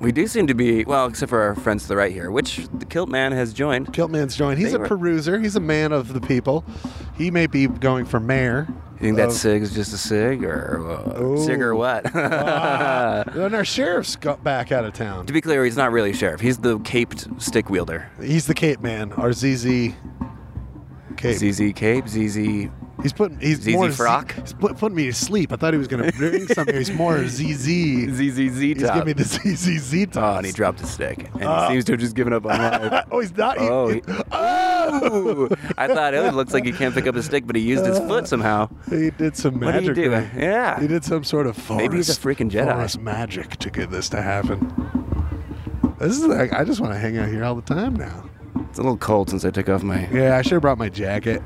Speaker 2: We do seem to be, well, except for our friends to the right here, which the Kilt Man has joined.
Speaker 1: Kiltman's joined. He's
Speaker 2: They
Speaker 1: a
Speaker 2: were-
Speaker 1: peruser. He's a man of the people. He may be going for mayor.
Speaker 2: You think that
Speaker 1: of-
Speaker 2: cig is just a cig or uh, cig or
Speaker 1: Oh. Ooh.
Speaker 2: what?
Speaker 1: Ah, and our sheriff's got back out of town.
Speaker 2: to be clear, he's not really a sheriff. He's the caped stick wielder.
Speaker 1: He's the Cape man. Our ZZ Cape.
Speaker 2: ZZ Cape, ZZ.
Speaker 1: He's putting. He's
Speaker 2: ZZ
Speaker 1: more
Speaker 2: Frock?
Speaker 1: He's put, putting me to sleep. I thought he was going to bring something. He's more ZZ.
Speaker 2: ZZZ
Speaker 1: He's giving
Speaker 2: top.
Speaker 1: me the ZZ
Speaker 2: Oh,
Speaker 1: top.
Speaker 2: and he dropped his stick. And
Speaker 1: Ah.
Speaker 2: he seems to have just given up on life.
Speaker 1: oh, he's not. Oh! he-
Speaker 2: Oh,
Speaker 1: he-
Speaker 2: he- Ooh, I thought oh, it looks like he can't pick up his stick, but he used his foot somehow.
Speaker 1: He did some
Speaker 2: What did
Speaker 1: magic.
Speaker 2: he do?
Speaker 1: there.
Speaker 2: Yeah.
Speaker 1: He did some sort of forest,
Speaker 2: Maybe he's a freaking Jedi.
Speaker 1: forest magic to get this to happen. This is like I just want to hang out here all the time now.
Speaker 2: It's a little cold since I took off my.
Speaker 1: Yeah, I should have brought my jacket.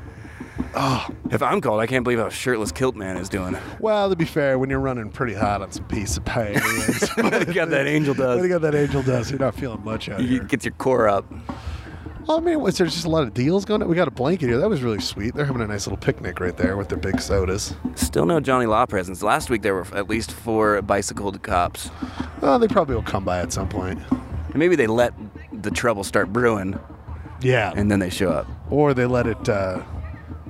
Speaker 2: If I'm cold, I can't believe how shirtless Kilt Man is doing.
Speaker 1: Well, to be fair, when you're running pretty hot on some piece of paper,
Speaker 2: You got that angel
Speaker 1: when you
Speaker 2: dust.
Speaker 1: got that angel dust, you're not feeling much out
Speaker 2: You
Speaker 1: here.
Speaker 2: get your core up.
Speaker 1: Well, I mean, Oh, was there just a lot of deals going on? We got a blanket here. That was really sweet. They're having a nice little picnic right there with their big sodas.
Speaker 2: Still no Johnny Law presence. Last week there were at least four bicycled cops.
Speaker 1: Oh, they probably will come by at some point.
Speaker 2: And maybe they let the trouble start brewing
Speaker 1: Yeah.
Speaker 2: and then they show up.
Speaker 1: or they let it uh,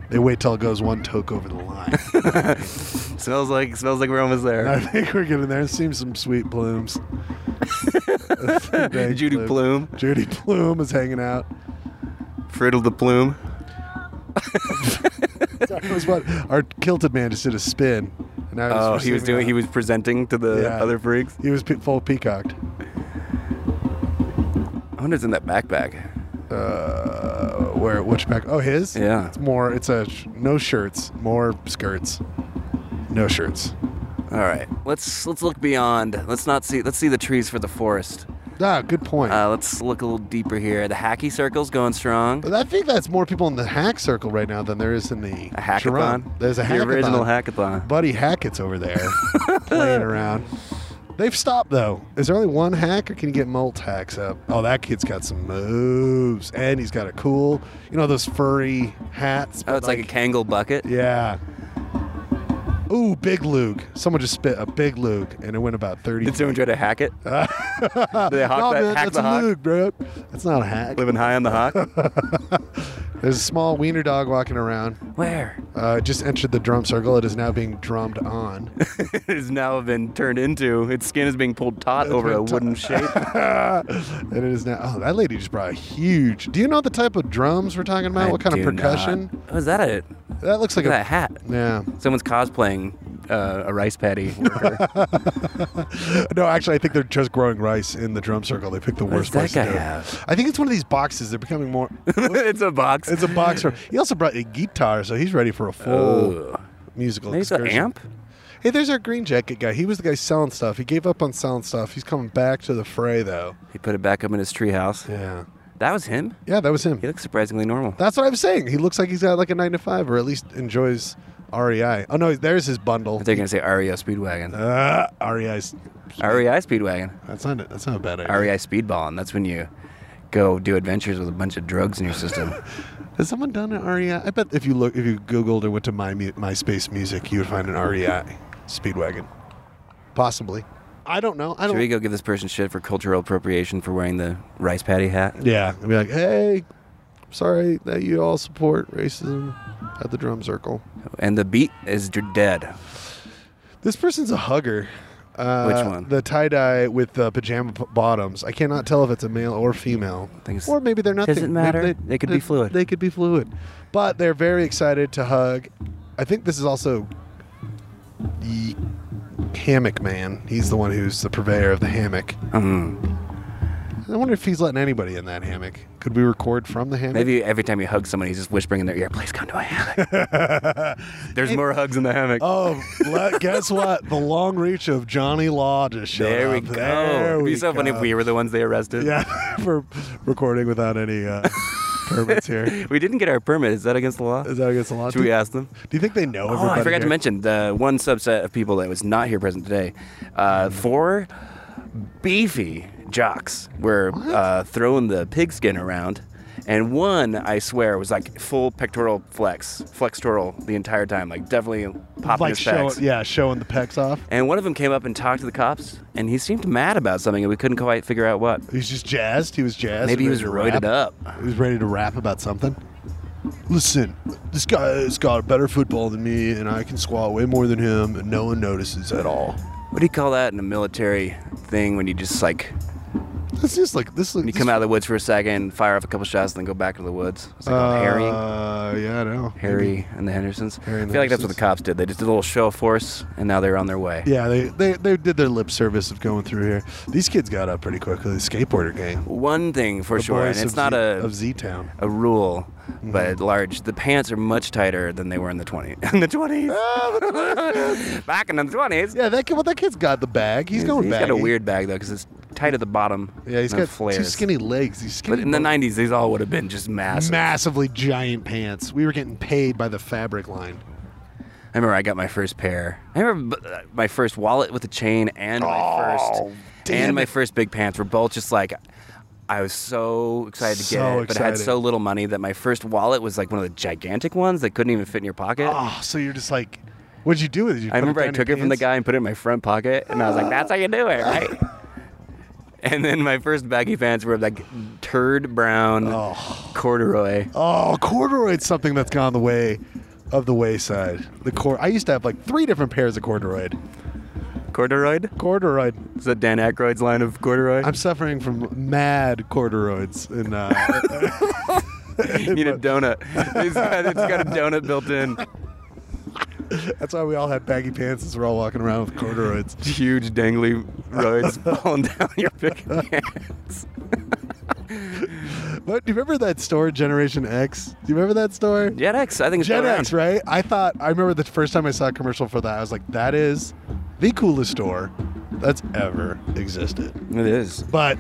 Speaker 1: they wait till it goes one toke over the line
Speaker 2: Smells like smells like we're almost
Speaker 1: i
Speaker 2: there.
Speaker 1: think we're getting there seeing some sweet plumes
Speaker 2: Judy Plume,
Speaker 1: judy plume is hanging out
Speaker 2: Friddle the Plume.
Speaker 1: It was what- our kilted man just did a spin and I
Speaker 2: Oh,
Speaker 1: just
Speaker 2: he was
Speaker 1: sitting
Speaker 2: doing. He
Speaker 1: out.
Speaker 2: was presenting to the
Speaker 1: Yeah.
Speaker 2: other freaks.
Speaker 1: he was pe- full peacocked
Speaker 2: I wonder if it's in that backpack.
Speaker 1: uh, where which back oh his
Speaker 2: Yeah.
Speaker 1: it's more it's a sh- no shirts more skirts no shirts
Speaker 2: All right, let's let's look beyond. Let's not see. Let's see the trees for the forest.
Speaker 1: ah good point
Speaker 2: Uh, let's look a little deeper here. The hacky circle's going strong.
Speaker 1: But I think that's more people in the hack circle right now than there is in the
Speaker 2: A hackathon.
Speaker 1: Chiron. There's a
Speaker 2: the
Speaker 1: hackathon.
Speaker 2: original hackathon.
Speaker 1: Buddy Hackett's over there playing around. They've stopped though. Is there only one hack, or can you get multi hacks up? Oh, that kid's got some moves, and he's got a cool, you know, those furry hats.
Speaker 2: Oh, it's like, a Kangol bucket.
Speaker 1: yeah. Ooh, big lug. Someone just spit a big lug, and it went about 30.
Speaker 2: Did someone try to hack it? Did they hawk
Speaker 1: Nah,
Speaker 2: that,
Speaker 1: man,
Speaker 2: hack
Speaker 1: that's
Speaker 2: the
Speaker 1: a
Speaker 2: hawk?
Speaker 1: lug, bro. That's not a hack.
Speaker 2: Living high on the hawk?
Speaker 1: There's a small wiener dog walking around.
Speaker 2: Where?
Speaker 1: Uh, just entered the drum circle. It is now being drummed on.
Speaker 2: it has now been turned into. Its skin is being pulled taut over a
Speaker 1: pulled taut.
Speaker 2: wooden shape.
Speaker 1: and it is now. Oh, that lady just brought a huge. Do you know the type of drums we're talking about? what kind of percussion?
Speaker 2: Was that it?
Speaker 1: That looks like
Speaker 2: Look at
Speaker 1: a.
Speaker 2: that hat.
Speaker 1: Yeah.
Speaker 2: Someone's cosplaying uh, a rice patty. worker.
Speaker 1: No, actually, I think they're just growing rice in the drum circle. They picked the
Speaker 2: does
Speaker 1: worst
Speaker 2: that
Speaker 1: place to
Speaker 2: guy
Speaker 1: do it.
Speaker 2: have?
Speaker 1: I think it's one of these boxes. They're becoming more.
Speaker 2: it's a box.
Speaker 1: It's a boxer. He also brought a guitar, so he's ready for a full
Speaker 2: Oh.
Speaker 1: musical
Speaker 2: Maybe it's an
Speaker 1: excursion.
Speaker 2: amp?
Speaker 1: Hey, there's our green jacket guy. He was the guy selling stuff. He gave up on selling stuff. He's coming back to the fray, though.
Speaker 2: He put it back up in his treehouse.
Speaker 1: Yeah.
Speaker 2: That was him.
Speaker 1: Yeah, that was him.
Speaker 2: He looks surprisingly normal.
Speaker 1: That's what I'm saying. He looks like he's got like a nine to five, or at least enjoys REI. Oh no, there's his bundle.
Speaker 2: They're gonna say REI Speedwagon.
Speaker 1: Uh, REI's.
Speaker 2: REI Speedwagon.
Speaker 1: That's not. That's not a bad idea.
Speaker 2: REI Speedball, and that's when you go do adventures with a bunch of drugs in your system.
Speaker 1: Has someone done an REI? I bet if you look, if you Googled or went to my mu- MySpace music, you would find an E REI Speedwagon, possibly. I don't know. I
Speaker 2: Should
Speaker 1: don't.
Speaker 2: we go give this person shit for cultural appropriation for wearing the rice patty hat?
Speaker 1: Yeah, and be like, hey, sorry that you all support racism at the drum circle.
Speaker 2: And the beat is d- dead.
Speaker 1: This person's a hugger. Uh,
Speaker 2: Which one?
Speaker 1: The tie dye with the pajama p- bottoms. I cannot tell if it's a male or female.
Speaker 2: think it's-
Speaker 1: Or maybe they're nothing.
Speaker 2: Doesn't matter. They could be fluid.
Speaker 1: They could be fluid. But they're very excited to hug. I think this is also the hammock man. He's the one who's the purveyor of the hammock.
Speaker 2: Mm.
Speaker 1: I wonder if he's letting anybody in that hammock. Could we record from the hammock?
Speaker 2: Maybe every time you hug someone, he's just whispering in their ear, "Please come to my hammock." There's more hugs in the hammock.
Speaker 1: Oh, let, guess what? The long reach of Johnny Law just showed
Speaker 2: there we
Speaker 1: up.
Speaker 2: go.
Speaker 1: There
Speaker 2: It'd be
Speaker 1: we
Speaker 2: so funny if
Speaker 1: go.
Speaker 2: we were the ones they arrested.
Speaker 1: Yeah, for recording without any uh, permits here.
Speaker 2: We didn't get our permit. Is that against the law?
Speaker 1: Is that against the law?
Speaker 2: Should we
Speaker 1: do,
Speaker 2: ask them?
Speaker 1: do you think they know
Speaker 2: Oh,
Speaker 1: everybody?
Speaker 2: I forgot to
Speaker 1: here?
Speaker 2: mention the one subset of people that was not here present today. Uh, four beefy jocks were uh, throwing the pigskin around, and one I swear was like full pectoral flex, flexoral the entire time, like definitely popping
Speaker 1: Like
Speaker 2: his
Speaker 1: showing,
Speaker 2: pecs.
Speaker 1: yeah, showing the pecs off.
Speaker 2: And one of them came up and talked to the cops, and he seemed mad about something, and we couldn't quite figure out what.
Speaker 1: He's just jazzed. He was jazzed.
Speaker 2: Maybe he was
Speaker 1: ready to
Speaker 2: roided
Speaker 1: rap.
Speaker 2: up.
Speaker 1: He was ready to rap about something. Listen, this guy has got better football than me, and I can squat way more than him, and no one notices at all.
Speaker 2: What do you call that in a military thing when you just like
Speaker 1: It's just like this.
Speaker 2: when you come out of the woods for a second, fire off a couple shots, and then go back to the woods? It's like called harrying.
Speaker 1: Uh, yeah, I know.
Speaker 2: Harry and the Hendersons.
Speaker 1: Harry and
Speaker 2: I
Speaker 1: the
Speaker 2: feel like that's what the
Speaker 1: Hendersons.
Speaker 2: cops did. They just did a little show of force, and now they're on their way.
Speaker 1: Yeah, they, they they did their lip service of going through here. These kids got up pretty quickly. The skateboarder gang,
Speaker 2: One thing for
Speaker 1: the
Speaker 2: sure, and
Speaker 1: boys
Speaker 2: it's
Speaker 1: of
Speaker 2: not
Speaker 1: Z-
Speaker 2: a
Speaker 1: of Z Mm-hmm. Town.
Speaker 2: a rule, but at large, the pants are much tighter than they were in the 20s. in the 20s. Back in the 20s.
Speaker 1: Ah. Yeah, that kid. Well, that kid's got the bag. He's
Speaker 2: He's
Speaker 1: going back.
Speaker 2: got a weird bag though, because it's tight at the bottom.
Speaker 1: Yeah, he's
Speaker 2: and it
Speaker 1: got two skinny legs. He's skinny.
Speaker 2: But in the
Speaker 1: bones.
Speaker 2: 90s, these all would have been just massive.
Speaker 1: massively giant pants. We were getting paid by the fabric line.
Speaker 2: I remember I got my first pair. I remember b- uh, my first wallet with a chain and my
Speaker 1: Oh,
Speaker 2: first
Speaker 1: damn
Speaker 2: and my
Speaker 1: it.
Speaker 2: first big pants were both just like I was so excited to get
Speaker 1: So
Speaker 2: it, but I had
Speaker 1: excited.
Speaker 2: so little money that my first wallet was like one of the gigantic ones that couldn't even fit in your pocket.
Speaker 1: Oh, so you're just like, what'd you do with it? You
Speaker 2: I
Speaker 1: put
Speaker 2: remember I
Speaker 1: down
Speaker 2: took
Speaker 1: your
Speaker 2: it from the
Speaker 1: pants?
Speaker 2: guy and put it in my front pocket, and I was like, "That's how you do it, right?" and then my first baggy pants were like turd brown corduroy.
Speaker 1: Oh, corduroy's something that's gone the way of the wayside. The cord. I used to have like three different pairs of corduroy.
Speaker 2: Corduroy?
Speaker 1: Corduroy.
Speaker 2: Is that Dan Aykroyd's line of corduroy?
Speaker 1: I'm suffering from mad corduroys in uh,
Speaker 2: you need a donut. It's got, it's got a donut built in.
Speaker 1: That's why we all had baggy pants as we're all walking around with corduroys.
Speaker 2: Huge dangly roids falling down your picking hands.
Speaker 1: But do you remember that store, Generation X? Do you remember that store?
Speaker 2: Gen X, I think it's
Speaker 1: Gen
Speaker 2: around.
Speaker 1: X, right? I thought, I remember the first time I saw a commercial for that, I was like, that is the coolest store that's ever existed.
Speaker 2: It is.
Speaker 1: But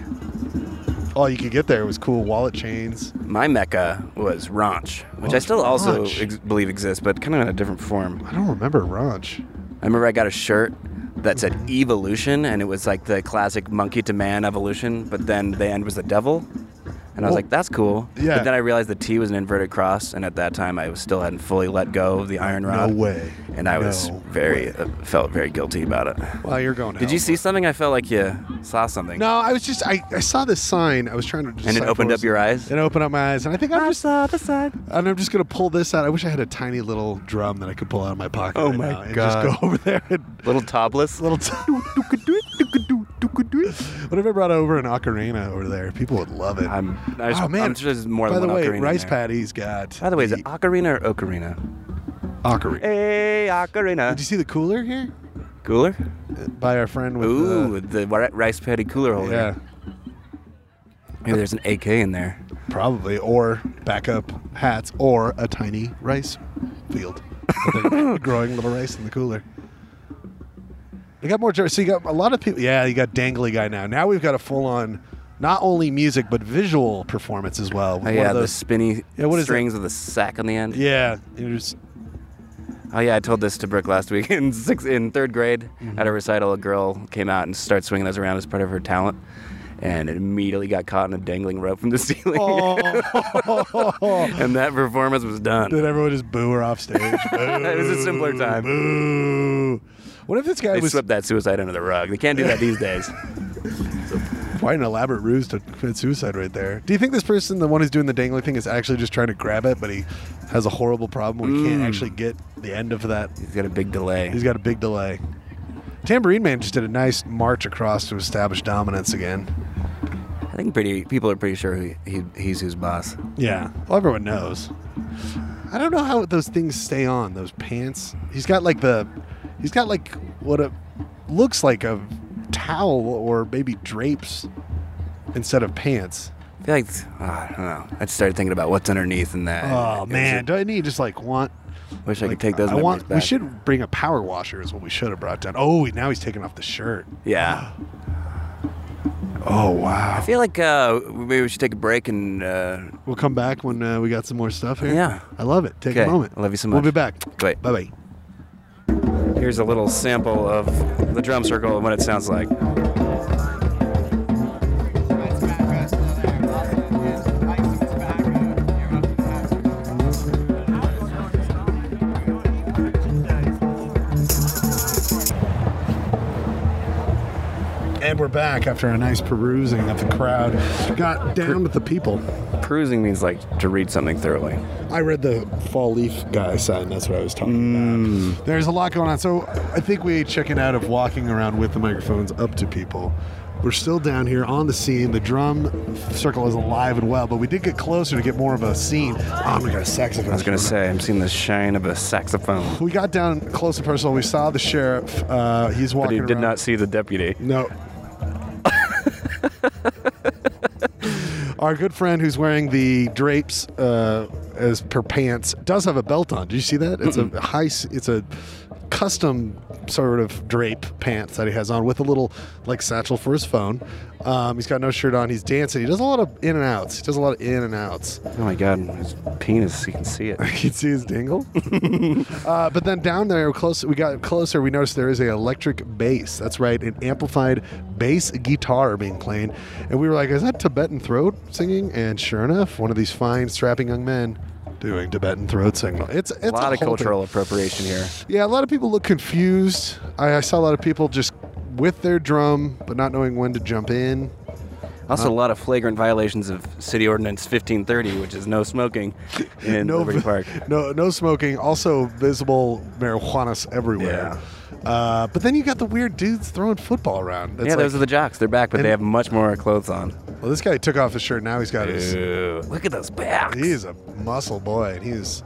Speaker 1: all you could get there was cool wallet chains.
Speaker 2: My mecca was ranch, which I
Speaker 1: Ranch,
Speaker 2: still also
Speaker 1: ranch.
Speaker 2: ex- believe exists, but kind of in a different form.
Speaker 1: I don't remember Ranch.
Speaker 2: I remember I got a shirt that said evolution, and it was like the classic monkey to man evolution, but then the end was the devil. And I was
Speaker 1: Well,
Speaker 2: like, that's cool.
Speaker 1: yeah.
Speaker 2: But then I realized the T was an inverted cross, and at that time I was- still hadn't fully let go of the iron rod.
Speaker 1: way.
Speaker 2: And I was
Speaker 1: No
Speaker 2: very, uh, felt very guilty about it.
Speaker 1: Well, you're going. to
Speaker 2: Did
Speaker 1: hell.
Speaker 2: you see something? I felt like you saw something.
Speaker 1: No, I was just I, I saw this sign. I was trying to.
Speaker 2: And it
Speaker 1: decipher
Speaker 2: opened
Speaker 1: what
Speaker 2: up
Speaker 1: was-
Speaker 2: your eyes?
Speaker 1: It opened up my eyes, and I think I'm just
Speaker 2: saw the side.
Speaker 1: and I'm just gonna pull this out. I wish I had a tiny little drum that I could pull out of my pocket.
Speaker 2: Oh
Speaker 1: right
Speaker 2: my
Speaker 1: now and
Speaker 2: God.
Speaker 1: just go over there and
Speaker 2: Little topless.
Speaker 1: little. T- what if I brought over an ocarina over there? People would love it.
Speaker 2: I'm, I was,
Speaker 1: oh man,
Speaker 2: I'm sure there's more
Speaker 1: by
Speaker 2: than
Speaker 1: the
Speaker 2: one
Speaker 1: way,
Speaker 2: ocarina in
Speaker 1: Rice
Speaker 2: there.
Speaker 1: Paddy's got.
Speaker 2: By the way, is it ocarina or ocarina?
Speaker 1: ocarina?
Speaker 2: Hey,
Speaker 1: Did you
Speaker 2: ocarina.
Speaker 1: see the cooler here
Speaker 2: Cooler?
Speaker 1: by our friend with
Speaker 2: Ooh, the ri- rice patty cooler
Speaker 1: the
Speaker 2: holder.
Speaker 1: yeah,
Speaker 2: Maybe there's an AK in there.
Speaker 1: probably or backup hats or a tiny rice field With a growing little rice in the cooler. We got more. jer- So you got a lot of people. Yeah, you got dangly guy now. Now we've got a full on. Not only music, but visual performance as well.
Speaker 2: Oh
Speaker 1: One
Speaker 2: yeah,
Speaker 1: of
Speaker 2: the
Speaker 1: those-
Speaker 2: spinny
Speaker 1: Yeah, what is that?
Speaker 2: strings with a sack on the end.
Speaker 1: Yeah, it was-
Speaker 2: Oh yeah, I told this to Brooke last week in six in third grade
Speaker 1: Mm-hmm.
Speaker 2: at a recital. A girl came out and started swinging those around as part of her talent, and it immediately got caught in a dangling rope from the ceiling.
Speaker 1: Oh.
Speaker 2: and that performance was done.
Speaker 1: Did everyone just boo her off stage?
Speaker 2: It was a simpler
Speaker 1: Boo,
Speaker 2: time.
Speaker 1: Boo. What if this guy
Speaker 2: They
Speaker 1: was
Speaker 2: swept that suicide under the rug. They can't do that these days.
Speaker 1: quite an elaborate ruse to commit suicide right there? Do you think this person, the one who's doing the dangling thing, is actually just trying to grab it, but he has a horrible problem where he can't
Speaker 2: Mm.
Speaker 1: actually get the end of that?
Speaker 2: He's got a big delay.
Speaker 1: He's got a big delay. Tambourine Man just did a nice march across to establish dominance again.
Speaker 2: I think pretty people are pretty sure he, he he's his boss.
Speaker 1: Yeah. Well, everyone knows. I don't know how those things stay on those pants. He's got like the, he's got like what it looks like a towel or maybe drapes instead of pants.
Speaker 2: I feel like it's- ah, I don't know. I just started thinking about what's underneath in that.
Speaker 1: Oh
Speaker 2: Is
Speaker 1: man,
Speaker 2: it-
Speaker 1: do I need just like want?
Speaker 2: wish I
Speaker 1: like,
Speaker 2: could take those.
Speaker 1: I
Speaker 2: memories
Speaker 1: want. We
Speaker 2: back.
Speaker 1: should bring a power washer. Is what we should have brought down. Oh, now he's taking off the shirt.
Speaker 2: Yeah.
Speaker 1: Oh wow.
Speaker 2: I feel like uh, maybe we should take a break and uh,
Speaker 1: We'll come back when uh, we got some more stuff here.
Speaker 2: Yeah.
Speaker 1: I love it. Take a
Speaker 2: Okay.
Speaker 1: moment.
Speaker 2: I love you so
Speaker 1: We'll
Speaker 2: much.
Speaker 1: be back.
Speaker 2: Great.
Speaker 1: Bye bye.
Speaker 2: here's a little sample of the drum circle and what it sounds like.
Speaker 1: And we're back after a nice perusing of the crowd. Got down with the people.
Speaker 2: Perusing means like to read something thoroughly.
Speaker 1: I read the fall leaf guy sign. That's what I was talking about. There's a lot going on. So I think we checking out of walking around with the microphones up to people. We're still down here on the scene. The drum circle is alive and well, but we did get closer to get more of a scene. Oh my god, a saxophone!
Speaker 2: I was gonna say I'm seeing the shine of a saxophone,
Speaker 1: We got down close and personal. We saw the sheriff. Uh, he's
Speaker 2: but
Speaker 1: walking.
Speaker 2: he did
Speaker 1: around.
Speaker 2: not see the deputy.
Speaker 1: No. Our good friend who's wearing the drapes uh, as per pants does have a belt on. Did you see that? It's a high. s- It's a custom sort of drape pants that he has on with a little like satchel for his phone. Um, he's got no shirt on. He's dancing. He does a lot of in and outs. He does a lot of in and outs.
Speaker 2: Oh my god, his penis, you can see it.
Speaker 1: You can see his dingle. uh, but then down there, close, we got closer. We noticed there is an electric bass. That's right, an amplified bass guitar being played. And we were like, "Is that Tibetan throat singing?" And sure enough, one of these fine, strapping young men doing Tibetan throat signal. It's it's
Speaker 2: A lot
Speaker 1: whole
Speaker 2: of
Speaker 1: thing.
Speaker 2: cultural appropriation here.
Speaker 1: Yeah, a lot of people look confused. I, I saw a lot of people just with their drum, but not knowing when to jump in.
Speaker 2: Also, a lot of flagrant violations of City Ordinance 1530, which is no smoking in Liberty Park.
Speaker 1: No, no smoking. Also, visible marijuanas everywhere. Uh, but then you got the weird dudes throwing football around. It's
Speaker 2: yeah,
Speaker 1: like,
Speaker 2: those are the jocks. They're back, but
Speaker 1: And-
Speaker 2: they have much more clothes on.
Speaker 1: well, this guy took off his shirt. Now he's got his.
Speaker 2: Ew. Look at those backs.
Speaker 1: He's a muscle boy, and he's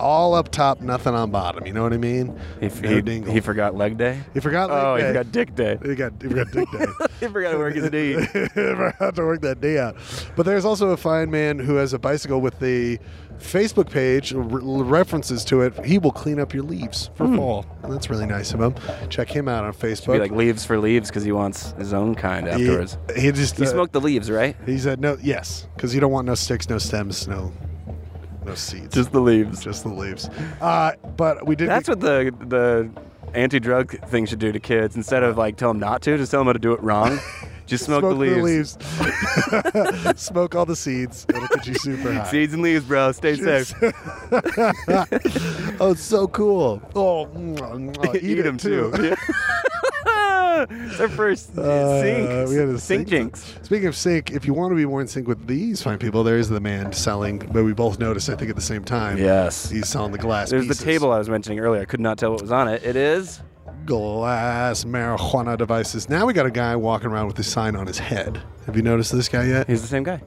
Speaker 1: all up top, nothing on bottom. You know what I mean?
Speaker 2: He,
Speaker 1: No
Speaker 2: he,
Speaker 1: dingle.
Speaker 2: he forgot leg day.
Speaker 1: He forgot. leg
Speaker 2: oh, he
Speaker 1: day.
Speaker 2: forgot dick day.
Speaker 1: He got. He forgot dick day.
Speaker 2: he forgot to work his knee.
Speaker 1: Never had to work that day out. But there's also a fine man who has a bicycle with the Facebook page r- references to it. He will clean up your leaves for fall. And that's really nice of him. Check him out on Facebook.
Speaker 2: Hmm. Be like leaves for leaves because he wants his own kind
Speaker 1: he,
Speaker 2: afterwards.
Speaker 1: he just
Speaker 2: He,
Speaker 1: uh,
Speaker 2: smoked the leaves, right?
Speaker 1: He said no. Yes, because you don't want no sticks, no stems, no, no seeds.
Speaker 2: Just the leaves.
Speaker 1: Just the leaves. Uh, but we did.
Speaker 2: That's what the the anti-drug thing should do to kids. Instead of like tell them not to, just tell them how to do it wrong. Just smoke, the leaves.
Speaker 1: the leaves. smoke all the seeds. It'll get you super high.
Speaker 2: Seeds and leaves, bro. Stay safe.
Speaker 1: Oh, it's so cool. Oh, mwah, mwah. eat, it
Speaker 2: them too. Yeah. it's our first
Speaker 1: Uh,
Speaker 2: sink.
Speaker 1: we had a
Speaker 2: sink jinx.
Speaker 1: Speaking of sync, if you want to be more in sync with these fine people, there is the man selling, but we both noticed, I think, at the same time.
Speaker 2: Yes.
Speaker 1: He's selling the glass.
Speaker 2: There's the
Speaker 1: pieces.
Speaker 2: table I was mentioning earlier. I could not tell what was on it. It is.
Speaker 1: Glass marijuana devices. Now we got a guy walking around with a sign on his head. Have you noticed this guy yet?
Speaker 2: He's the same guy.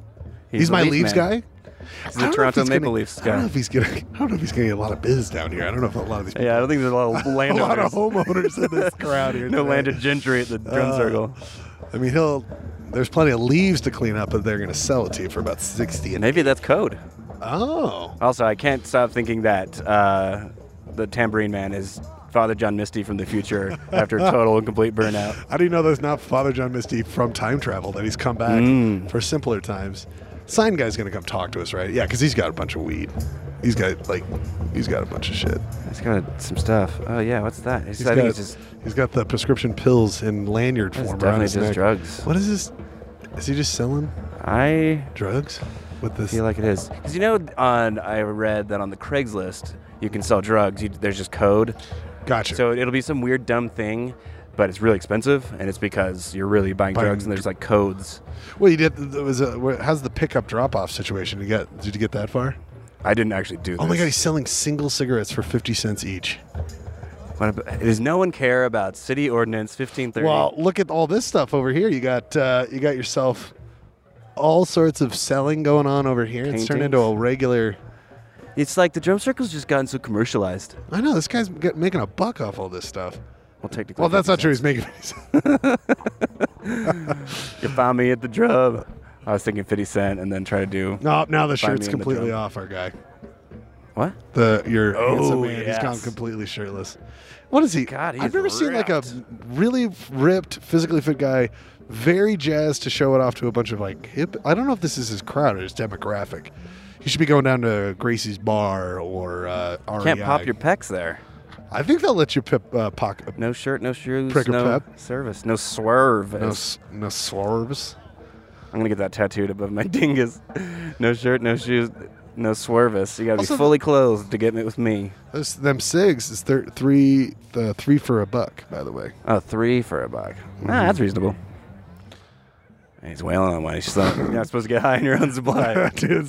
Speaker 1: He's,
Speaker 2: the
Speaker 1: my
Speaker 2: Leaf
Speaker 1: Leafs
Speaker 2: man.
Speaker 1: guy.
Speaker 2: He's
Speaker 1: I
Speaker 2: the
Speaker 1: don't know if
Speaker 2: Toronto
Speaker 1: he's
Speaker 2: Maple
Speaker 1: gonna-
Speaker 2: Leafs
Speaker 1: I don't know
Speaker 2: guy.
Speaker 1: if he's gonna. I don't know if he's gonna get a lot of biz down here. I don't know if a lot of these.
Speaker 2: Yeah, I don't think there's a lot of
Speaker 1: a
Speaker 2: landowners.
Speaker 1: lot of homeowners in this crowd here.
Speaker 2: no
Speaker 1: today.
Speaker 2: landed gentry at the drum
Speaker 1: Uh,
Speaker 2: circle.
Speaker 1: I mean, he'll. There's plenty of leaves to clean up, but they're gonna sell it to you for about sixty. And
Speaker 2: Maybe that's code.
Speaker 1: oh,
Speaker 2: Also, I can't stop thinking that uh, the tambourine man is Father John Misty from the future after total and complete burnout.
Speaker 1: How do you know that's not Father John Misty from time travel that he's come back
Speaker 2: Mm.
Speaker 1: for simpler times? Sign guy's gonna come talk to us, right? Yeah, because he's got a bunch of weed. He's got like, he's got a bunch of shit.
Speaker 2: He's got some stuff. Oh yeah, what's that? He's,
Speaker 1: He's got,
Speaker 2: I think he's just
Speaker 1: he's got the prescription pills in lanyard form. around
Speaker 2: definitely
Speaker 1: his
Speaker 2: just
Speaker 1: neck.
Speaker 2: drugs.
Speaker 1: What is this? Is he just selling
Speaker 2: I
Speaker 1: drugs with this?
Speaker 2: feel like it is because you know on I read that on the Craigslist you can sell drugs. You, there's just code,
Speaker 1: gotcha.
Speaker 2: so it'll be some weird dumb thing, but it's really expensive, and it's because you're really buying
Speaker 1: Buying-
Speaker 2: drugs and there's like codes.
Speaker 1: well, you did. There was a, where- how's the pickup drop off situation? You got? Did you get that far?
Speaker 2: I didn't actually do. This.
Speaker 1: Oh my god, he's selling single cigarettes for fifty cents each.
Speaker 2: What ab- does no one care about city ordinance 1530?
Speaker 1: Well, look at all this stuff over here. You got uh, you got yourself all sorts of selling going on over here. It's turned
Speaker 2: Paintings.
Speaker 1: into a regular.
Speaker 2: it's like the drum circle's just gotten so commercialized.
Speaker 1: I know this guy's get, making a buck off all this stuff.
Speaker 2: Well, technically,
Speaker 1: Well, that's not
Speaker 2: fifty
Speaker 1: true. He's making.
Speaker 2: cents. You found me at the drum. I was thinking 50 Cent, and then try to do
Speaker 1: no, now the
Speaker 2: Find me
Speaker 1: shirt's
Speaker 2: in the
Speaker 1: completely
Speaker 2: drum.
Speaker 1: off our guy.
Speaker 2: what?
Speaker 1: The your
Speaker 2: Oh,
Speaker 1: handsome man. He's gone
Speaker 2: yes.
Speaker 1: completely shirtless. What is he?
Speaker 2: God, he's
Speaker 1: I've never seen like a
Speaker 2: ripped.
Speaker 1: really ripped, physically fit guy, very jazzed to show it off to a bunch of like hip. I don't know if this is his crowd or his demographic. He should be going down to Gracie's Bar or uh, REI.
Speaker 2: Can't pop your pecs there.
Speaker 1: I think they'll let you pip, uh, pocket.
Speaker 2: No shirt, no shoes,
Speaker 1: Prick or
Speaker 2: no
Speaker 1: pep.
Speaker 2: service, no swerve.
Speaker 1: No,
Speaker 2: as-
Speaker 1: s- no swerves.
Speaker 2: I'm gonna get that tattooed above my dingus. No shirt, no shoes, no swervis. You gotta
Speaker 1: Also-
Speaker 2: be fully clothed to get me with me.
Speaker 1: Those, them cigs is thir- three, uh, three for a buck. By the way,
Speaker 2: Oh, three for a buck.
Speaker 1: Mm-hmm.
Speaker 2: Nah, that's reasonable. He's wailing on one. He's just like, you're not supposed to get high on your own supply.
Speaker 1: Dude,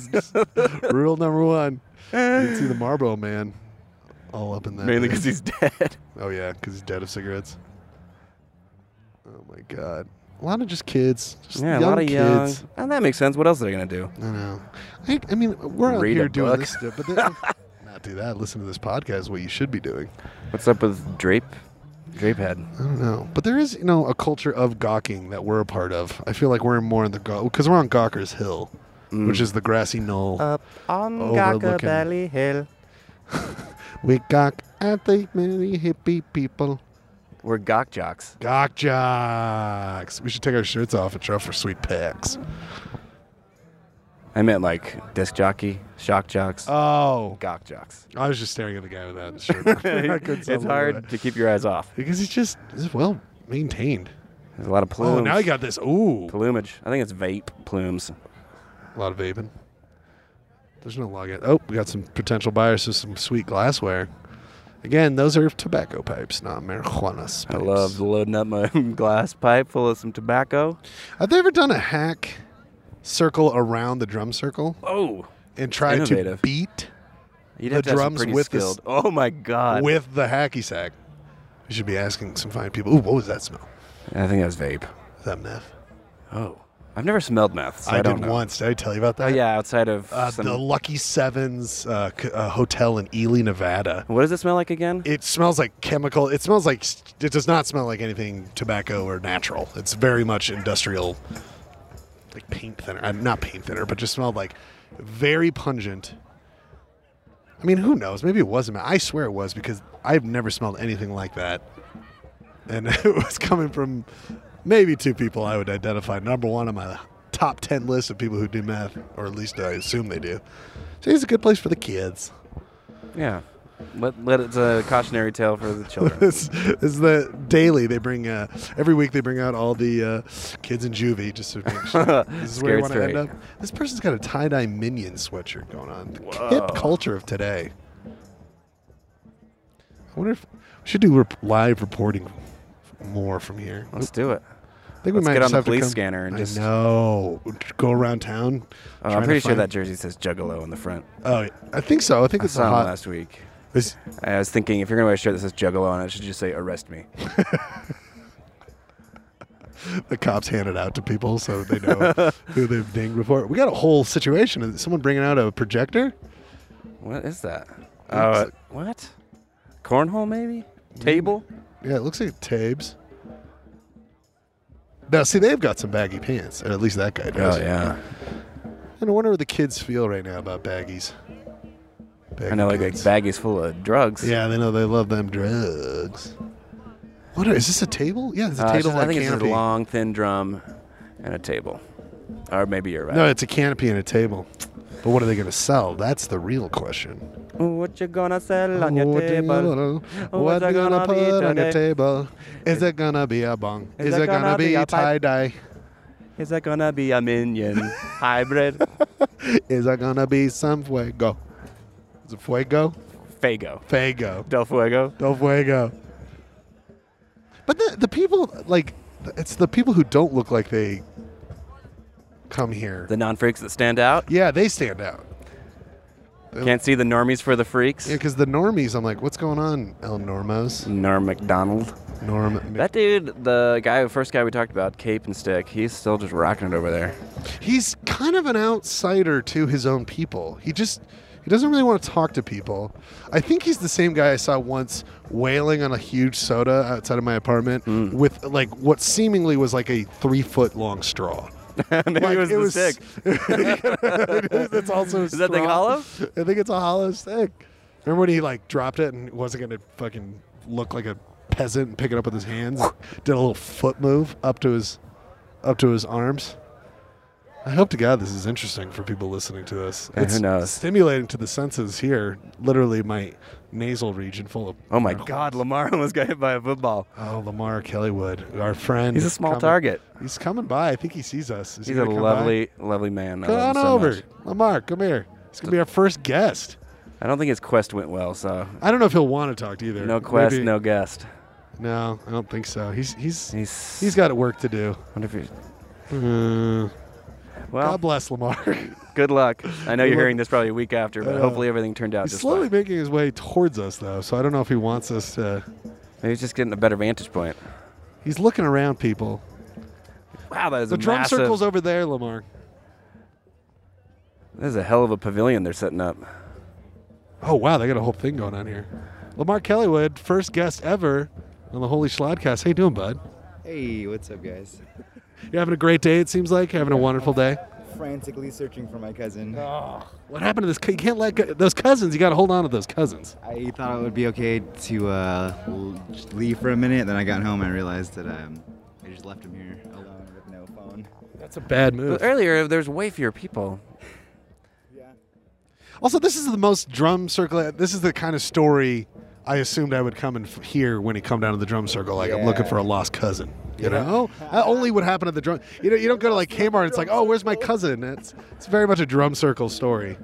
Speaker 1: rule number one. You can see the Marlboro man all up in that.
Speaker 2: Mainly
Speaker 1: thing.
Speaker 2: because he's dead.
Speaker 1: Oh yeah, because he's dead of cigarettes. Oh my god, a lot of just kids. Just
Speaker 2: Yeah,
Speaker 1: young
Speaker 2: a lot of
Speaker 1: kids.
Speaker 2: young. And Oh, that makes sense. What else are they gonna do?
Speaker 1: I know. I, I mean, we're out
Speaker 2: Read a
Speaker 1: here doing
Speaker 2: book.
Speaker 1: this stuff, but then, not do that. Listen to this podcast. is What you should be doing.
Speaker 2: What's up with drape? Drape head.
Speaker 1: I don't know, but there is you know a culture of gawking that we're a part of. I feel like we're more in the gawk because we're on Gawker's Hill,
Speaker 2: Mm.
Speaker 1: which is the grassy knoll.
Speaker 2: Up on
Speaker 1: Oh, Overlooking.
Speaker 2: Valley Hill.
Speaker 1: we gawk at the many hippie people.
Speaker 2: We're gawk jocks.
Speaker 1: Gawk jocks. We should take our shirts off and try for sweet packs.
Speaker 2: I meant like disc jockey, shock jocks,
Speaker 1: Oh,
Speaker 2: gawk jocks.
Speaker 1: I was just staring at the guy without his shirt. on. I couldn't tell
Speaker 2: it's
Speaker 1: whether
Speaker 2: hard
Speaker 1: that-
Speaker 2: to keep your eyes off.
Speaker 1: because he's just he's well maintained.
Speaker 2: There's a lot of plumes.
Speaker 1: Oh, now you got this. Ooh,
Speaker 2: plumage. I think it's vape plumes.
Speaker 1: a lot of vaping. There's no log in. Oh, we got some potential buyers of some sweet glassware. Again, those are tobacco pipes, not marijuana pipes.
Speaker 2: I love loading up my glass pipe full of some tobacco.
Speaker 1: Have they ever done a hack circle around the drum circle
Speaker 2: Oh,
Speaker 1: and tried to
Speaker 2: Innovative.
Speaker 1: beat
Speaker 2: you'd
Speaker 1: The
Speaker 2: have to have some
Speaker 1: drums
Speaker 2: pretty
Speaker 1: with the s-
Speaker 2: skilled. oh my god!
Speaker 1: with the hacky sack? We should be asking some fine people. Ooh, what was that smell?
Speaker 2: I think that was vape.
Speaker 1: Is that meth?
Speaker 2: Oh, I've never smelled meth. So I,
Speaker 1: I,
Speaker 2: don't
Speaker 1: did
Speaker 2: know.
Speaker 1: once. Did I tell you about
Speaker 2: Oh
Speaker 1: that?
Speaker 2: yeah, outside of
Speaker 1: Uh,
Speaker 2: some,
Speaker 1: the Lucky Sevens uh, c- uh, hotel in Ely, Nevada.
Speaker 2: what does it smell like again?
Speaker 1: It smells like chemical. It smells like it does not smell like anything tobacco or natural. It's very much industrial, like paint thinner. Uh, not paint thinner, but just smelled like very pungent. I mean, who knows? Maybe it wasn't. I swear it was because I've never smelled anything like that, and it was coming from maybe two people I would identify. Number one on my top ten list of people who do meth, or at least I assume they do. So it's a good place for the kids.
Speaker 2: yeah, Let, let it's a cautionary tale for the children.
Speaker 1: This is the daily they bring. Uh, every week they bring out all the uh, kids in juvie just to make sure this is where you
Speaker 2: Scared
Speaker 1: want to end
Speaker 2: straight.
Speaker 1: up. This person's got a tie dye minion sweatshirt going on. The
Speaker 2: Whoa.
Speaker 1: hip culture of today. I wonder if we should do rep- live reporting more from here.
Speaker 2: Let's do it. Oh,
Speaker 1: I think we
Speaker 2: let's
Speaker 1: might
Speaker 2: get
Speaker 1: just
Speaker 2: on the
Speaker 1: have to
Speaker 2: police
Speaker 1: come-
Speaker 2: scanner and
Speaker 1: I
Speaker 2: just-
Speaker 1: know. Go around town.
Speaker 2: Uh,
Speaker 1: trying
Speaker 2: I'm
Speaker 1: to
Speaker 2: pretty sure
Speaker 1: find-
Speaker 2: that jersey says Juggalo on the front.
Speaker 1: Oh, I think so. I think
Speaker 2: I
Speaker 1: it's a
Speaker 2: saw him
Speaker 1: hot.
Speaker 2: last week.
Speaker 1: it's-
Speaker 2: I was thinking if you're gonna wear a shirt that says Juggalo on it, it should just say arrest me.
Speaker 1: the cops hand it out to people so they know who they've dinged before. We got a whole situation. Is someone bringing out a projector?
Speaker 2: What is that? Oh, uh, what? Cornhole maybe? Table?
Speaker 1: Yeah, it looks like Tabes. Now, see, they've got some baggy pants, and at least that guy does.
Speaker 2: Oh yeah.
Speaker 1: And I wonder what the kids feel right now about baggies. Baggy
Speaker 2: I know, like like
Speaker 1: pants.
Speaker 2: baggies full of drugs.
Speaker 1: Yeah, they know they love them drugs. What are- is this a table? Yeah, it's a
Speaker 2: Uh, it's
Speaker 1: table
Speaker 2: just-
Speaker 1: like
Speaker 2: I think it's
Speaker 1: canopy.
Speaker 2: a long, thin drum and a table, or maybe you're right.
Speaker 1: no, it's a canopy and a table. But what are they going to sell? That's the real question.
Speaker 2: What you gonna sell on
Speaker 1: Oh,
Speaker 2: your
Speaker 1: dear
Speaker 2: table?
Speaker 1: Lord.
Speaker 2: Oh,
Speaker 1: What
Speaker 2: what's
Speaker 1: you
Speaker 2: it
Speaker 1: gonna
Speaker 2: gonna be
Speaker 1: put on your
Speaker 2: today?
Speaker 1: table? Is it gonna be a bong? Is, it gonna, be a tie
Speaker 2: pipe?
Speaker 1: dye?
Speaker 2: Is that gonna be a minion hybrid?
Speaker 1: Is it gonna be some fuego? Is it fuego?
Speaker 2: Fago.
Speaker 1: Fuego.
Speaker 2: Del Fuego.
Speaker 1: No fuego. But the the people like it's the people who don't look like they come here.
Speaker 2: The non freaks that stand out.
Speaker 1: yeah, they stand out.
Speaker 2: Can't see the normies for the freaks.
Speaker 1: Yeah, because the normies, I'm like, what's going on, El Normos?
Speaker 2: Norm McDonald.
Speaker 1: Norm.
Speaker 2: That dude, the guy, first guy we talked about, Cape and Stick, he's still just rocking it over there.
Speaker 1: he's kind of an outsider to his own people. He just he doesn't really want to talk to people. I think he's the same guy I saw once wailing on a huge soda outside of my apartment with like what seemingly was like a three foot long straw.
Speaker 2: Maybe
Speaker 1: Like,
Speaker 2: it was the stick.
Speaker 1: That's also a
Speaker 2: Is that thing
Speaker 1: straw.
Speaker 2: hollow?
Speaker 1: I think it's a hollow stick. Remember when he like dropped it and wasn't gonna fucking look like a peasant and pick it up with his hands? Did a little foot move up to his up to his arms. I hope to God this is interesting for people listening to this.
Speaker 2: Yeah, who knows?
Speaker 1: Stimulating to the senses here. Literally my nasal region full of
Speaker 2: Oh my God, Lamar almost got hit by a football.
Speaker 1: Oh, Lamar Kellywood, our friend.
Speaker 2: He's a small
Speaker 1: coming-
Speaker 2: target.
Speaker 1: He's coming by. I think he sees us. Is he
Speaker 2: He's a
Speaker 1: gonna come by?
Speaker 2: lovely, lovely man. I
Speaker 1: Come on
Speaker 2: love him so
Speaker 1: over,
Speaker 2: much.
Speaker 1: Lamar. Come here. He's gonna be our first guest.
Speaker 2: I don't think his quest went well, so
Speaker 1: I don't know if he'll want to talk to either.
Speaker 2: no quest,
Speaker 1: Maybe-
Speaker 2: no guest.
Speaker 1: No, I don't think so. He's he's he's,
Speaker 2: He's
Speaker 1: he's got work to do.
Speaker 2: Wonder if he's,
Speaker 1: Uh,
Speaker 2: well,
Speaker 1: God bless Lamar.
Speaker 2: good luck. I know
Speaker 1: Good
Speaker 2: you're
Speaker 1: luck.
Speaker 2: hearing this probably a week after, but
Speaker 1: Uh,
Speaker 2: hopefully everything turned out
Speaker 1: he's
Speaker 2: just
Speaker 1: slowly
Speaker 2: fine.
Speaker 1: making his way towards us though, so I don't know if he wants us to.
Speaker 2: Maybe he's just getting a better vantage point.
Speaker 1: He's looking around people.
Speaker 2: Wow, that is
Speaker 1: The
Speaker 2: a
Speaker 1: drum
Speaker 2: massive.
Speaker 1: circle's over there, Lamar.
Speaker 2: That is a hell of a pavilion they're setting up.
Speaker 1: Oh wow, they got a whole thing going on here. Lamar Kellywood, first guest ever on the Holy Schlodcast. How you doing, bud?
Speaker 3: Hey, what's up, guys?
Speaker 1: You're having a great day. It seems like You're having a wonderful day.
Speaker 3: Frantically searching for my cousin.
Speaker 1: Oh. What happened to this? You can't let go. those cousins. You got to hold on to those cousins.
Speaker 3: I thought it would be okay to uh, l- just leave for a minute. Then I got home. I realized that um, I just left him here alone with no phone.
Speaker 1: That's a bad move.
Speaker 2: But earlier, there's way fewer people.
Speaker 3: Yeah.
Speaker 1: Also, this is the most drum circle. uh, This is the kind of story I assumed I would come and f- hear when you come down to the drum circle. Like I'm looking
Speaker 3: Yeah.
Speaker 1: for a lost cousin. You
Speaker 3: Yeah.
Speaker 1: know, that only would happen at the drum. You know, you don't go to like Kmart. It's like, oh, where's my cousin? It's it's very much a drum circle story.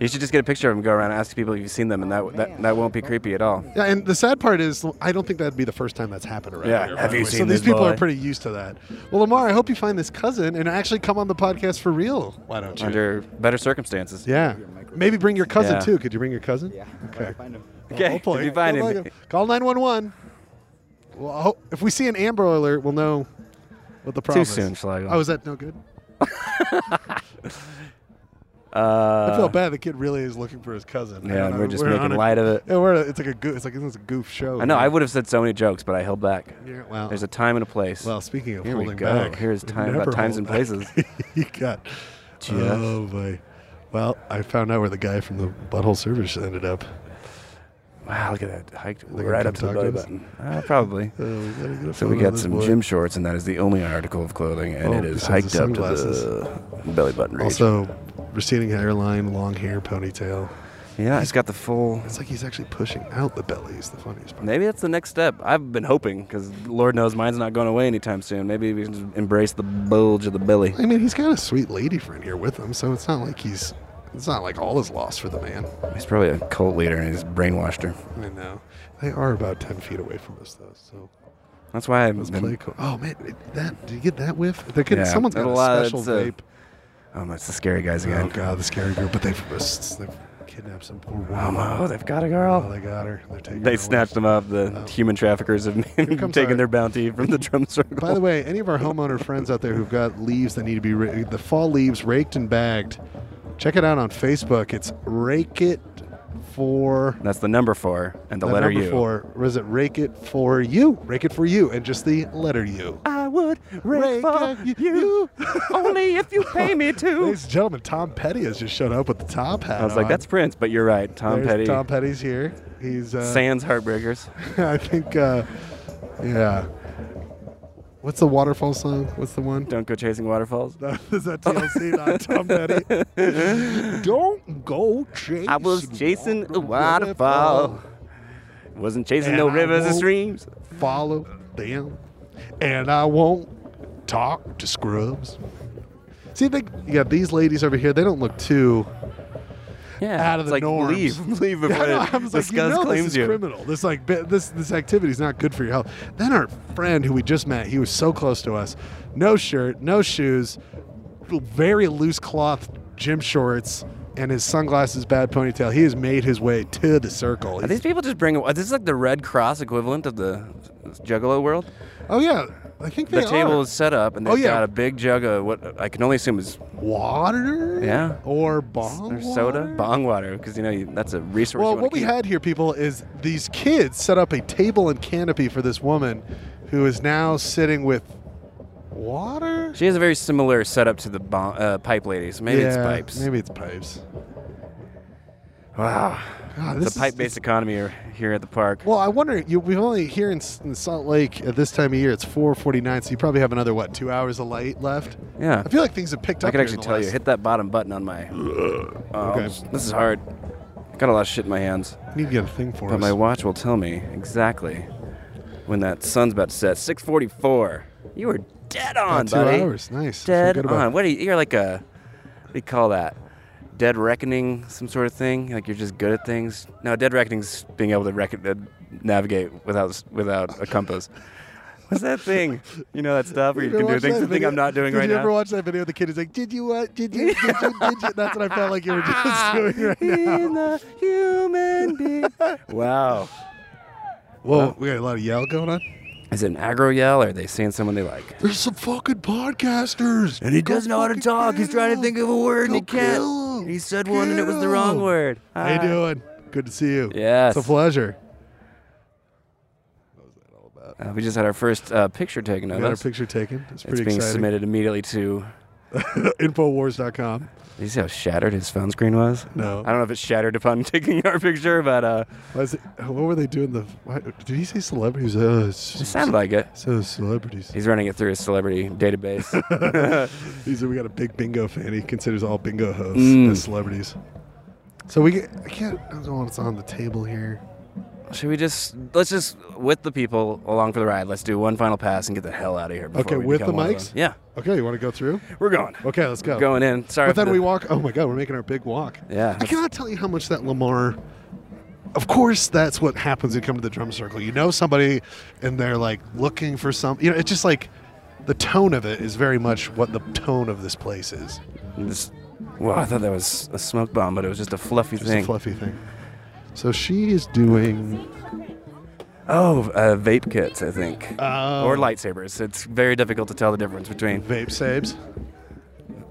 Speaker 2: You should just get a picture of him, go around and ask people if you've seen them, and that that, that won't be creepy at all.
Speaker 1: Yeah, and the sad part is, I don't think that'd be the first time that's happened around
Speaker 2: Yeah.
Speaker 1: here.
Speaker 2: Have
Speaker 1: by
Speaker 2: you
Speaker 1: the way. So
Speaker 2: seen
Speaker 1: these
Speaker 2: this
Speaker 1: people are
Speaker 2: boy?
Speaker 1: pretty used to that. Well, Lamar, I hope you find this cousin and actually come on the podcast for real. Why don't you?
Speaker 2: Under better circumstances.
Speaker 1: yeah, maybe bring your cousin
Speaker 2: Yeah.
Speaker 1: too. Could you bring your cousin?
Speaker 3: Yeah.
Speaker 1: Okay.
Speaker 3: I find him.
Speaker 2: Okay,
Speaker 1: Oh, boy.
Speaker 2: if you find
Speaker 1: Good
Speaker 2: him.
Speaker 1: luck. Call 911. Well, I hope- if we see an Amber Alert, we'll know what the problem is.
Speaker 2: soon, Schlegel.
Speaker 1: Oh, is that no good?
Speaker 2: Uh,
Speaker 1: I feel bad. The kid really is looking for his cousin. I
Speaker 2: yeah,
Speaker 1: don't know.
Speaker 2: we're just
Speaker 1: on
Speaker 2: making
Speaker 1: a-
Speaker 2: light of it.
Speaker 1: Yeah, we're, it's like a goof. It's like this is a goof show.
Speaker 2: I know. I would have said so many jokes, but I held back.
Speaker 1: Yeah, well,
Speaker 2: There's a time and a place.
Speaker 1: well, speaking of
Speaker 2: Here we
Speaker 1: holding
Speaker 2: go.
Speaker 1: back,
Speaker 2: Here's
Speaker 1: we
Speaker 2: time
Speaker 1: never
Speaker 2: about times
Speaker 1: hold
Speaker 2: and
Speaker 1: back.
Speaker 2: places.
Speaker 1: you got. Oh boy. Well, I found out where the guy from the Butthole Service ended up.
Speaker 2: Wow, look at that. Hiked
Speaker 1: gonna
Speaker 2: right up to
Speaker 1: come
Speaker 2: the
Speaker 1: talk
Speaker 2: belly
Speaker 1: to us?
Speaker 2: button. Uh, probably.
Speaker 1: Uh, we gotta get a
Speaker 2: So
Speaker 1: photo
Speaker 2: we
Speaker 1: of
Speaker 2: got
Speaker 1: this
Speaker 2: some
Speaker 1: boy.
Speaker 2: gym shorts, and that is the only article of clothing, and
Speaker 1: Oh,
Speaker 2: it is
Speaker 1: besides
Speaker 2: hiked
Speaker 1: the
Speaker 2: up to the belly button region.
Speaker 1: Also, receding hairline, long hair, ponytail.
Speaker 2: Yeah, he's got the full.
Speaker 1: It's like he's actually pushing out the belly. Is the funniest part.
Speaker 2: Maybe that's the next step. I've been hoping because Lord knows mine's not going away anytime soon. Maybe we can just embrace the bulge of the belly.
Speaker 1: I mean, he's got a sweet lady friend here with him, so it's not like he's. It's not like all is lost for the man.
Speaker 2: He's probably a cult leader and he's brainwashed her.
Speaker 1: I know. They are about ten feet away from us though, so
Speaker 2: That's why I've
Speaker 1: let's
Speaker 2: been.
Speaker 1: play. Co- oh man, it- that did you get that whiff? They're getting,
Speaker 2: Yeah,
Speaker 1: someone's
Speaker 2: that uh,
Speaker 1: got a,
Speaker 2: a lot-
Speaker 1: special
Speaker 2: it's a-
Speaker 1: vape.
Speaker 2: Oh, it's the scary guys
Speaker 1: Oh
Speaker 2: again.
Speaker 1: god, the scary girl. But they've they've kidnapped some poor woman.
Speaker 2: Momo, they've got a
Speaker 1: Oh,
Speaker 2: girl.
Speaker 1: they got her. They're taking. her
Speaker 2: They
Speaker 1: away.
Speaker 2: snatched them up. The
Speaker 1: Oh.
Speaker 2: human traffickers have
Speaker 1: Here
Speaker 2: been
Speaker 1: comes
Speaker 2: taking
Speaker 1: our-
Speaker 2: their bounty from the drum circle.
Speaker 1: By the way, any of our homeowner friends out there who've got leaves that need to be ra- the fall leaves raked and bagged, check it out on Facebook. It's Rake It for
Speaker 2: that's the number four and the,
Speaker 1: the
Speaker 2: letter
Speaker 1: number
Speaker 2: U.
Speaker 1: four. Or is it Rake It for you? Rake it for you, and just the letter U.
Speaker 2: I would
Speaker 1: Rake
Speaker 2: rake for
Speaker 1: a-
Speaker 2: you only if you pay me to.
Speaker 1: Ladies and gentlemen, Tom Petty has just showed up with the top hat.
Speaker 2: I was like,
Speaker 1: on.
Speaker 2: that's Prince, but you're right. Tom
Speaker 1: There's
Speaker 2: Petty.
Speaker 1: Tom Petty's here. He's uh,
Speaker 2: Sans Heartbreakers.
Speaker 1: I think, uh, yeah. What's the waterfall song? What's the one?
Speaker 2: Don't go chasing waterfalls.
Speaker 1: Is that TLC, not Tom Petty? Don't go chasing.
Speaker 2: I was chasing a
Speaker 1: waterfall.
Speaker 2: waterfall. Wasn't chasing
Speaker 1: And
Speaker 2: no
Speaker 1: I
Speaker 2: rivers and
Speaker 1: won't
Speaker 2: streams.
Speaker 1: Follow them, and I won't talk to scrubs. See, they, you got these ladies over here. They don't look too.
Speaker 2: Yeah,
Speaker 1: Out of
Speaker 2: it's
Speaker 1: the
Speaker 2: like
Speaker 1: norms.
Speaker 2: leave, leave
Speaker 1: Yeah,
Speaker 2: before
Speaker 1: I know.
Speaker 2: the
Speaker 1: I was like, you
Speaker 2: scuzz
Speaker 1: know
Speaker 2: claims
Speaker 1: this is
Speaker 2: you.
Speaker 1: criminal. This like bi- this this activity is not good for your health. Then our friend who we just met, he was so close to us, no shirt, no shoes, very loose cloth gym shorts, and his sunglasses, bad ponytail. He has made his way to the circle.
Speaker 2: Are these people just bring? Are this like the Red Cross equivalent of the Juggalo world?
Speaker 1: oh yeah, I think
Speaker 2: The
Speaker 1: they
Speaker 2: table
Speaker 1: are.
Speaker 2: is set up, and
Speaker 1: Oh,
Speaker 2: they've
Speaker 1: yeah.
Speaker 2: got a big jug of what I can only assume is
Speaker 1: water.
Speaker 2: Yeah.
Speaker 1: or bong
Speaker 2: or soda,
Speaker 1: water?
Speaker 2: bong water, because you know you, that's a resource. you
Speaker 1: Well,
Speaker 2: wanna
Speaker 1: what we
Speaker 2: keep.
Speaker 1: had here, people, is these kids set up a table and canopy for this woman who is now sitting with water?
Speaker 2: She has a very similar setup to the bon- uh, pipe ladies. Maybe it's
Speaker 1: Yeah,
Speaker 2: pipes.
Speaker 1: Maybe it's pipes.
Speaker 2: Wow,
Speaker 1: God, this
Speaker 2: it's a
Speaker 1: is-
Speaker 2: pipe-based economy are here at the park.
Speaker 1: Well, I wonder. You, we only here in, S- in Salt Lake at this time of year. It's 4:49, so you probably have another what, two hours of light left.
Speaker 2: yeah,
Speaker 1: I feel like things have picked up.
Speaker 2: I could
Speaker 1: here in
Speaker 2: actually
Speaker 1: the
Speaker 2: tell you.
Speaker 1: last-
Speaker 2: Hit that bottom button on my. Oh,
Speaker 1: Okay.
Speaker 2: This is hard. I got a lot of shit in my hands,
Speaker 1: need to get a thing for
Speaker 2: but
Speaker 1: us.
Speaker 2: my watch will tell me exactly when that sun's about to set. 6:44. You were dead on,
Speaker 1: About two
Speaker 2: buddy.
Speaker 1: hours. Nice. I feel
Speaker 2: Dead
Speaker 1: good about
Speaker 2: on.
Speaker 1: it.
Speaker 2: What are you? You're like a. What do you call that? Dead reckoning, some sort of thing. Like you're just good at things. No, dead reckoning's being able to reckon, uh, navigate without without a compass. What's that thing? You know that stuff where you
Speaker 1: Did
Speaker 2: can do
Speaker 1: watch
Speaker 2: things.
Speaker 1: that
Speaker 2: The thing
Speaker 1: video?
Speaker 2: I'm not doing
Speaker 1: did
Speaker 2: right
Speaker 1: you
Speaker 2: now.
Speaker 1: ever watch that video of the kid? He's like, "Did you? Uh, did you? Did you? Did you?" That's what I felt like you were just doing right now.
Speaker 2: human wow.
Speaker 1: Whoa, we got a lot of yell going on.
Speaker 2: Is it an aggro yell or are they saying someone they like?
Speaker 1: There's some fucking podcasters, and
Speaker 2: of a word
Speaker 1: and he Go can't. kill him. He
Speaker 2: said
Speaker 1: one and it was the wrong Kill him.
Speaker 2: word.
Speaker 1: How you doing? Good to see you.
Speaker 2: Yes.
Speaker 1: It's a pleasure.
Speaker 2: Uh, we just had our first uh, picture taken of
Speaker 1: We got our
Speaker 2: us.
Speaker 1: picture taken. It's
Speaker 2: it's
Speaker 1: pretty
Speaker 2: being
Speaker 1: exciting.
Speaker 2: submitted immediately to.
Speaker 1: Infowars.com.
Speaker 2: You see how shattered his phone screen was?
Speaker 1: No.
Speaker 2: I don't know if it's shattered upon taking our picture, but uh,
Speaker 1: Why is it, what were they doing? The why, did he say celebrities? Uh,
Speaker 2: it
Speaker 1: s-
Speaker 2: sounded like it.
Speaker 1: so celebrities.
Speaker 2: He's running it through his celebrity database.
Speaker 1: He's, we got a big bingo fan. He considers all bingo hosts
Speaker 2: Mm.
Speaker 1: as celebrities. So we get, I can't. I don't know what's on the table here.
Speaker 2: Should we just let's just with the people along for the ride? Let's do one final pass and get the hell out of here. Before
Speaker 1: Okay,
Speaker 2: we
Speaker 1: with the
Speaker 2: become one of
Speaker 1: mics?
Speaker 2: them. Yeah,
Speaker 1: Okay, you want to go through?
Speaker 2: we're going.
Speaker 1: Okay, let's go.
Speaker 2: Going in. Sorry.
Speaker 1: But
Speaker 2: for
Speaker 1: then
Speaker 2: the-
Speaker 1: we walk. Oh my God, we're making our big walk.
Speaker 2: Yeah.
Speaker 1: I cannot tell you how much that Lamar. Of course, that's what happens when you come to the drum circle. You know somebody, and they're like looking for some. You know, it's just like the tone of it is very much what the tone of this place is.
Speaker 2: This- Wow, I thought that was a smoke bomb, but it was just a fluffy
Speaker 1: Just
Speaker 2: thing.
Speaker 1: a fluffy thing. So she is doing.
Speaker 2: oh, uh, vape kits, I think,
Speaker 1: Oh.
Speaker 2: or lightsabers. It's very difficult to tell the difference between
Speaker 1: Vape saves,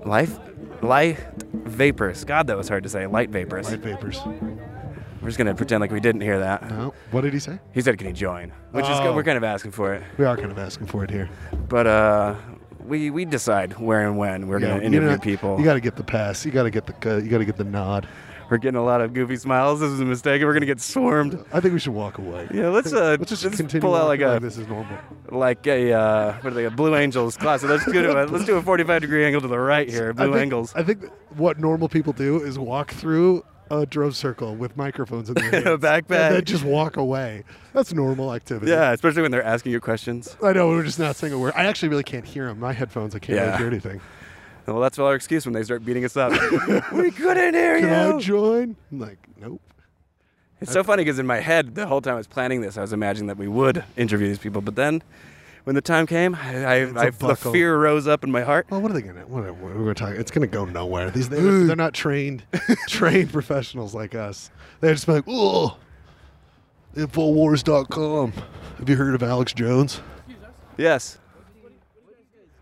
Speaker 2: life, light vapors. God, that was hard to say. Light vapors.
Speaker 1: light vapors.
Speaker 2: We're just gonna pretend like we didn't hear that.
Speaker 1: No, what did he say?
Speaker 2: He said, "Can he join?" Which is
Speaker 1: Oh.
Speaker 2: good. We're kind of asking for it.
Speaker 1: We are kind of asking for it here.
Speaker 2: But uh, we we decide where and when we're gonna
Speaker 1: you
Speaker 2: interview
Speaker 1: know,
Speaker 2: people.
Speaker 1: You got to get the pass. You got to get the. Uh, you got to get the nod.
Speaker 2: We're getting a lot of goofy smiles. This is a mistake. We're gonna get swarmed.
Speaker 1: I think we should walk away.
Speaker 2: Yeah, let's uh,
Speaker 1: Let's just
Speaker 2: let's
Speaker 1: continue
Speaker 2: pull out like
Speaker 1: walking
Speaker 2: a
Speaker 1: this is normal.
Speaker 2: like a uh, what are they? A Blue Angels class. So let's do a let's do a 45 degree angle to the right here. Blue
Speaker 1: I think,
Speaker 2: Angels.
Speaker 1: I think what normal people do is walk through a drove circle with microphones in their
Speaker 2: A
Speaker 1: hands.
Speaker 2: backpack.
Speaker 1: And then just walk away. That's normal activity.
Speaker 2: Yeah, especially when they're asking you questions.
Speaker 1: I know, we're just not saying a word. I actually really can't hear them. My headphones, I can't really
Speaker 2: Yeah.
Speaker 1: hear anything.
Speaker 2: Well, that's our excuse when they start beating us up. we couldn't hear
Speaker 1: Can I
Speaker 2: you.
Speaker 1: join? I'm like, nope.
Speaker 2: It's so funny because in my head, the whole time I was planning this, I was imagining that we would interview these people. But then, when the time came, I,
Speaker 1: It's a
Speaker 2: I, I the
Speaker 1: buckle.
Speaker 2: fear rose up in my heart.
Speaker 1: Well, Oh, what are they gonna? What are, what are we talking? It's gonna go nowhere. These they're, they're not trained, trained professionals like us. They're just like, oh, Infowars.com. Have you heard of Alex Jones?
Speaker 2: Yes.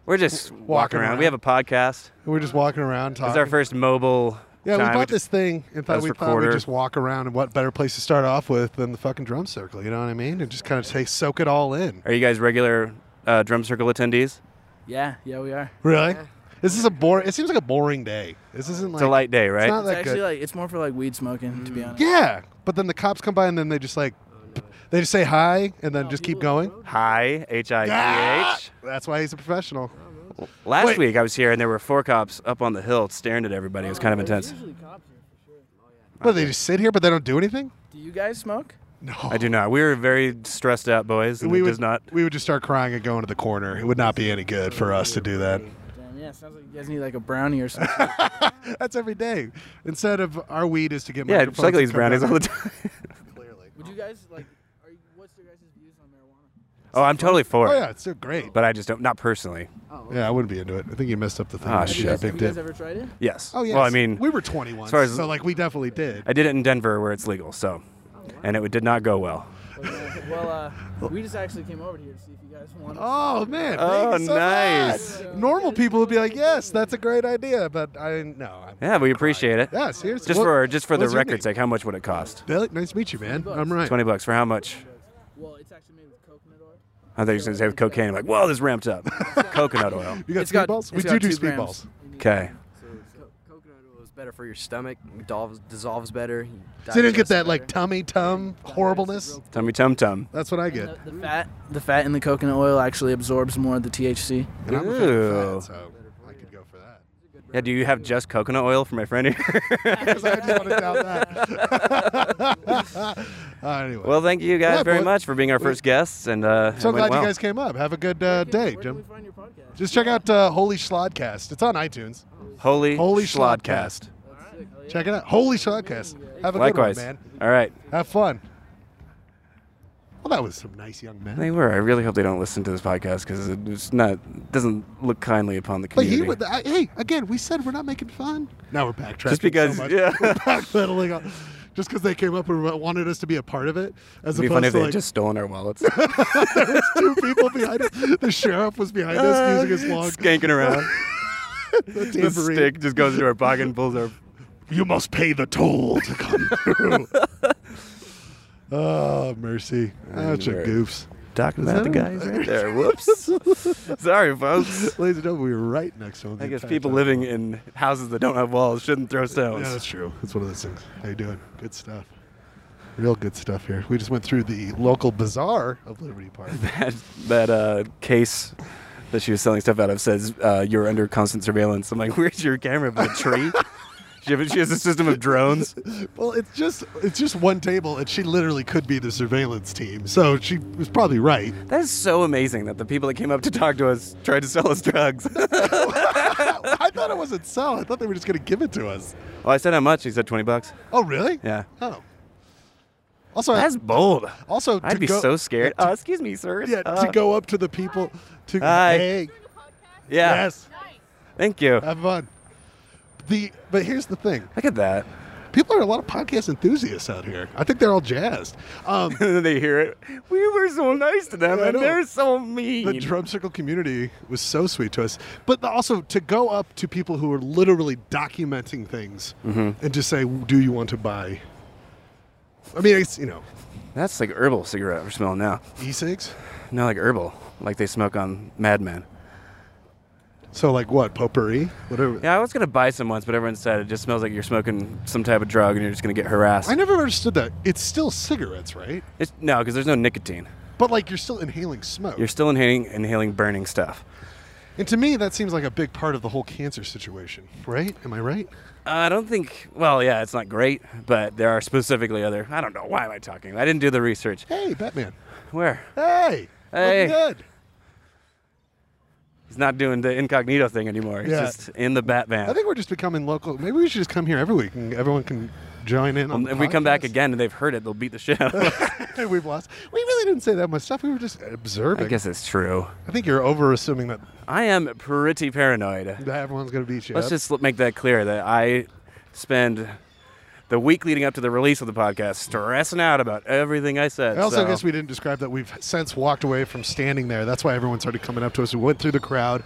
Speaker 2: We're just walking, around.
Speaker 1: around.
Speaker 2: We have a podcast.
Speaker 1: And we're just walking around talking.
Speaker 2: It's our first mobile.
Speaker 1: yeah, we
Speaker 2: time,
Speaker 1: bought
Speaker 2: which-
Speaker 1: this thing and thought
Speaker 2: as
Speaker 1: we thought
Speaker 2: recorder.
Speaker 1: we'd just walk around. And what better place to start off with than the fucking drum circle? You know what I mean? And just kind of take soak it all in.
Speaker 2: Are you guys regular uh, drum circle attendees?
Speaker 4: Yeah, yeah, we are.
Speaker 1: Really? This is a boring. It seems like a boring day. This isn't like
Speaker 2: It's a light day, right?
Speaker 1: It's not
Speaker 4: It's
Speaker 1: that
Speaker 4: actually
Speaker 1: good. Mm.
Speaker 4: like it's more for like weed smoking, to be honest.
Speaker 1: yeah, but then the cops come by and then they just like, they just say hi and then just keep going.
Speaker 2: Hi, H I G H.
Speaker 1: That's why he's a professional.
Speaker 2: Last
Speaker 1: Ah, Wait.
Speaker 2: week I was here and there were four cops up on the hill staring at everybody. It was kind of intense.
Speaker 1: But they just sit here, but they don't do anything.
Speaker 4: Do you guys smoke?
Speaker 1: No,
Speaker 2: I do not. We were very stressed out, boys. And
Speaker 1: We
Speaker 2: it
Speaker 1: would
Speaker 2: does not.
Speaker 1: We would just start crying and going to the corner. It would not be any good for us to do that.
Speaker 4: Damn, yeah, sounds like you guys need like a brownie or something.
Speaker 1: That's every day. Instead of our weed is to get
Speaker 2: Yeah,
Speaker 1: microphones
Speaker 2: it's like
Speaker 1: and
Speaker 2: these
Speaker 1: come
Speaker 2: brownies
Speaker 1: down.
Speaker 2: all the time.
Speaker 1: Clearly.
Speaker 4: Would you guys like? Are you, what's your guys' views on marijuana?
Speaker 2: Oh, I'm totally for it.
Speaker 1: Oh yeah, it's so great.
Speaker 2: But I just don't. Not personally.
Speaker 4: Oh,
Speaker 1: yeah, I wouldn't be into it. I think you messed up the thing.
Speaker 2: Ah,
Speaker 1: that you
Speaker 4: Have you
Speaker 2: shit.
Speaker 4: guys, have
Speaker 1: picked
Speaker 4: you guys
Speaker 1: up.
Speaker 4: ever tried it?
Speaker 2: Yes.
Speaker 1: Oh yeah.
Speaker 2: Well, I mean,
Speaker 1: we were 21,
Speaker 2: as far as-
Speaker 1: so like we definitely did.
Speaker 2: I did it in Denver where it's legal, so, and it did not go well.
Speaker 4: But, uh, well, uh, we just actually came over here to see if you guys want. to
Speaker 1: Oh man!
Speaker 2: Oh,
Speaker 1: thank you so
Speaker 2: nice.
Speaker 1: much. Normal people would be like, "Yes, that's a great idea," but I no. I'm,
Speaker 2: Yeah, we appreciate it.
Speaker 1: yeah, seriously.
Speaker 2: Just
Speaker 1: What-
Speaker 2: for just for the
Speaker 1: what's your
Speaker 2: record's
Speaker 1: name?
Speaker 2: sake, how much would it cost?
Speaker 1: Billy, nice to meet you, man. I'm right.
Speaker 2: Twenty bucks for how much?
Speaker 4: Well, it's actually made with coconut oil.
Speaker 2: I thought you were going to say with cocaine. I'm like, whoa, this ramped up. Coconut oil.
Speaker 1: You got
Speaker 5: It's got-
Speaker 1: speedballs? We
Speaker 4: it's
Speaker 1: do
Speaker 4: got
Speaker 1: do
Speaker 4: two grams.
Speaker 1: speedballs.
Speaker 2: Okay.
Speaker 5: Co- coconut oil is better for your stomach. Dissolves, dissolves better. you
Speaker 1: So you didn't get
Speaker 5: digest
Speaker 1: that like
Speaker 5: better.
Speaker 1: tummy tum horribleness.
Speaker 2: Tummy tum tum.
Speaker 1: That's what I get.
Speaker 4: The, the fat, the fat in the coconut oil actually absorbs more of the THC.
Speaker 1: And I'm a fan
Speaker 2: Ew.
Speaker 1: of fat, so I could go for that.
Speaker 2: Yeah, do you have just coconut oil for my friend here?
Speaker 1: 'Cause I just want to doubt that. Uh, anyway,
Speaker 2: well, thank you guys
Speaker 1: Yeah,
Speaker 2: very
Speaker 1: boy.
Speaker 2: much for being our first guests. And uh, it
Speaker 1: so
Speaker 2: went
Speaker 1: glad
Speaker 2: well.
Speaker 1: you guys came up. Have a good uh, day,
Speaker 4: Where can we
Speaker 1: Jim.
Speaker 4: find your podcast?
Speaker 1: Just check out uh, Holy Schlodcast. It's on iTunes.
Speaker 2: Holy,
Speaker 1: Holy
Speaker 2: Schlodcast.
Speaker 1: Schlodcast. Check it out. Holy Schlodcast. Have a
Speaker 2: Likewise.
Speaker 1: good one, man.
Speaker 2: All right.
Speaker 1: Have fun. Well, that was some nice young men.
Speaker 2: They were. I really hope they don't listen to this podcast because it's not doesn't look kindly upon the
Speaker 1: But
Speaker 2: community.
Speaker 1: he would. I, hey, again, we said we're not making fun. Now we're backtracking.
Speaker 2: Just because-
Speaker 1: so much.
Speaker 2: yeah.
Speaker 1: we're backpedaling. On, just because they came up and wa- wanted us to be a part of it, as
Speaker 2: It'd be
Speaker 1: opposed
Speaker 2: funny
Speaker 1: to
Speaker 2: if they
Speaker 1: like
Speaker 2: had just stolen our wallets,
Speaker 1: two people behind us. The sheriff was behind us using his long
Speaker 2: skanking around.
Speaker 1: the
Speaker 2: the
Speaker 1: tambourine.
Speaker 2: stick just goes into our pocket and pulls our.
Speaker 1: You must pay the toll to come through. oh mercy! Such a
Speaker 2: Anywhere.
Speaker 1: goofs.
Speaker 2: Talking about the guys right there. Whoops. Sorry, folks.
Speaker 1: Ladies and gentlemen, we were right next to him. the
Speaker 2: I guess
Speaker 1: entire
Speaker 2: people
Speaker 1: time.
Speaker 2: living in houses that don't have walls shouldn't throw
Speaker 1: Yeah,
Speaker 2: stones.
Speaker 1: that's true. It's one of those things. How you doing? Good stuff. Real good stuff here. We just went through the local bazaar of Liberty Park.
Speaker 2: that that uh, case that she was selling stuff out of says uh, you're under constant surveillance. I'm like, where's your camera? By a tree? she, have, she has a system of drones.
Speaker 1: well, it's just it's just one table, and she literally could be the surveillance team. So she was probably right.
Speaker 2: That is so amazing that the people that came up to talk to us tried to sell us drugs. well,
Speaker 1: I thought it wasn't sell. I thought they were just going to give it to us.
Speaker 2: I said how much? He said twenty bucks.
Speaker 1: Oh, really?
Speaker 2: Yeah.
Speaker 1: Oh. Also,
Speaker 2: That's bold.
Speaker 1: also to
Speaker 2: I'd be
Speaker 1: go,
Speaker 2: so scared. Oh, excuse me, sir.
Speaker 1: Yeah,
Speaker 2: Uh,
Speaker 1: to go up to the people to
Speaker 2: Hi.
Speaker 1: hey,
Speaker 2: Yeah.
Speaker 1: yes,
Speaker 2: Thank you.
Speaker 1: have fun. The but here's the thing.
Speaker 2: Look at that.
Speaker 1: People are a lot of podcast enthusiasts out here. I think they're all jazzed. Um,
Speaker 2: they hear it. We were so nice to them,
Speaker 1: I
Speaker 2: and
Speaker 1: know.
Speaker 2: they're so mean.
Speaker 1: the drum circle community was so sweet to us, but the- also to go up to people who are literally documenting things
Speaker 2: Mm-hmm.
Speaker 1: and just say, "Do you want to buy?" I mean, it's you know,
Speaker 2: That's like herbal cigarette we're smelling now.
Speaker 1: e-cigs.
Speaker 2: No, like herbal, like they smoke on Mad Men.
Speaker 1: So like what potpourri, whatever.
Speaker 2: Yeah, I was gonna buy some once, but everyone said it just smells like you're smoking some type of drug, and you're just gonna get harassed.
Speaker 1: I never understood that. It's still cigarettes, right?
Speaker 2: It's, no, because there's no nicotine.
Speaker 1: But like you're still inhaling smoke.
Speaker 2: You're still inhaling, inhaling burning stuff.
Speaker 1: And to me, that seems like a big part of the whole cancer situation, right? Am I right?
Speaker 2: I don't think. Well, yeah, it's not great, but there are specifically other. I don't know why am I talking. I didn't do the research.
Speaker 1: Hey, Batman.
Speaker 2: Where?
Speaker 1: Hey. looking
Speaker 2: Hey.
Speaker 1: good.
Speaker 2: He's not doing the incognito thing anymore. He's
Speaker 1: Yeah.
Speaker 2: just in the Batman.
Speaker 1: I think we're just becoming local. Maybe we should just come here every week and everyone can join in. on
Speaker 2: Um,
Speaker 1: the
Speaker 2: if we come back
Speaker 1: podcast.
Speaker 2: again and they've heard it, they'll beat the shit out. of us.
Speaker 1: We've lost. We really didn't say that much stuff. We were just observing.
Speaker 2: I guess it's true.
Speaker 1: I think you're over assuming that
Speaker 2: I am pretty paranoid.
Speaker 1: that everyone's going to beat you.
Speaker 2: Let's
Speaker 1: up.
Speaker 2: just l- make that clear that I spend the week leading up to the release of the podcast stressing out about everything I said.
Speaker 1: I also
Speaker 2: so-
Speaker 1: guess we didn't describe that we've since walked away from standing there. That's why everyone started coming up to us. We went through the crowd.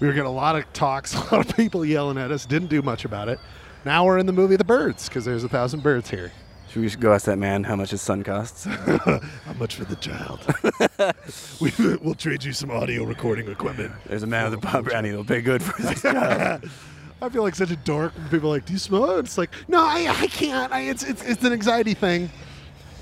Speaker 1: We were getting a lot of talks, a lot of people yelling at us. Didn't do much about it. Now we're in the movie The Birds because there's a thousand birds here.
Speaker 2: Should we should go ask that man how much his son costs.
Speaker 1: How much for the child? we, we'll trade you some audio recording equipment.
Speaker 2: There's a man with a pop brownie that'll pay good for this job.
Speaker 1: I feel like such a dork when people are like, "Do you smoke?" It's like, "No, I, I can't. I, it's, it's it's an anxiety thing."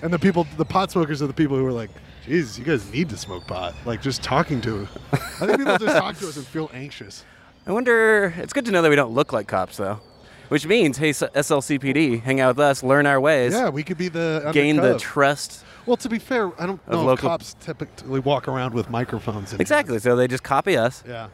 Speaker 1: And the people, the pot smokers, are the people who are like, "Jeez, you guys need to smoke pot." Like just talking to, I think people just talk to us and feel anxious.
Speaker 2: I wonder. It's good to know that we don't look like cops, though. Which means, hey, S- SLCPD, hang out with us, learn our ways,
Speaker 1: Yeah, we could be the
Speaker 2: gain the
Speaker 1: undercover.
Speaker 2: trust.
Speaker 1: well, to be fair, I don't
Speaker 2: of
Speaker 1: know if
Speaker 2: local-
Speaker 1: cops typically walk around with microphones. In
Speaker 2: Exactly. So they just copy us
Speaker 1: Yeah.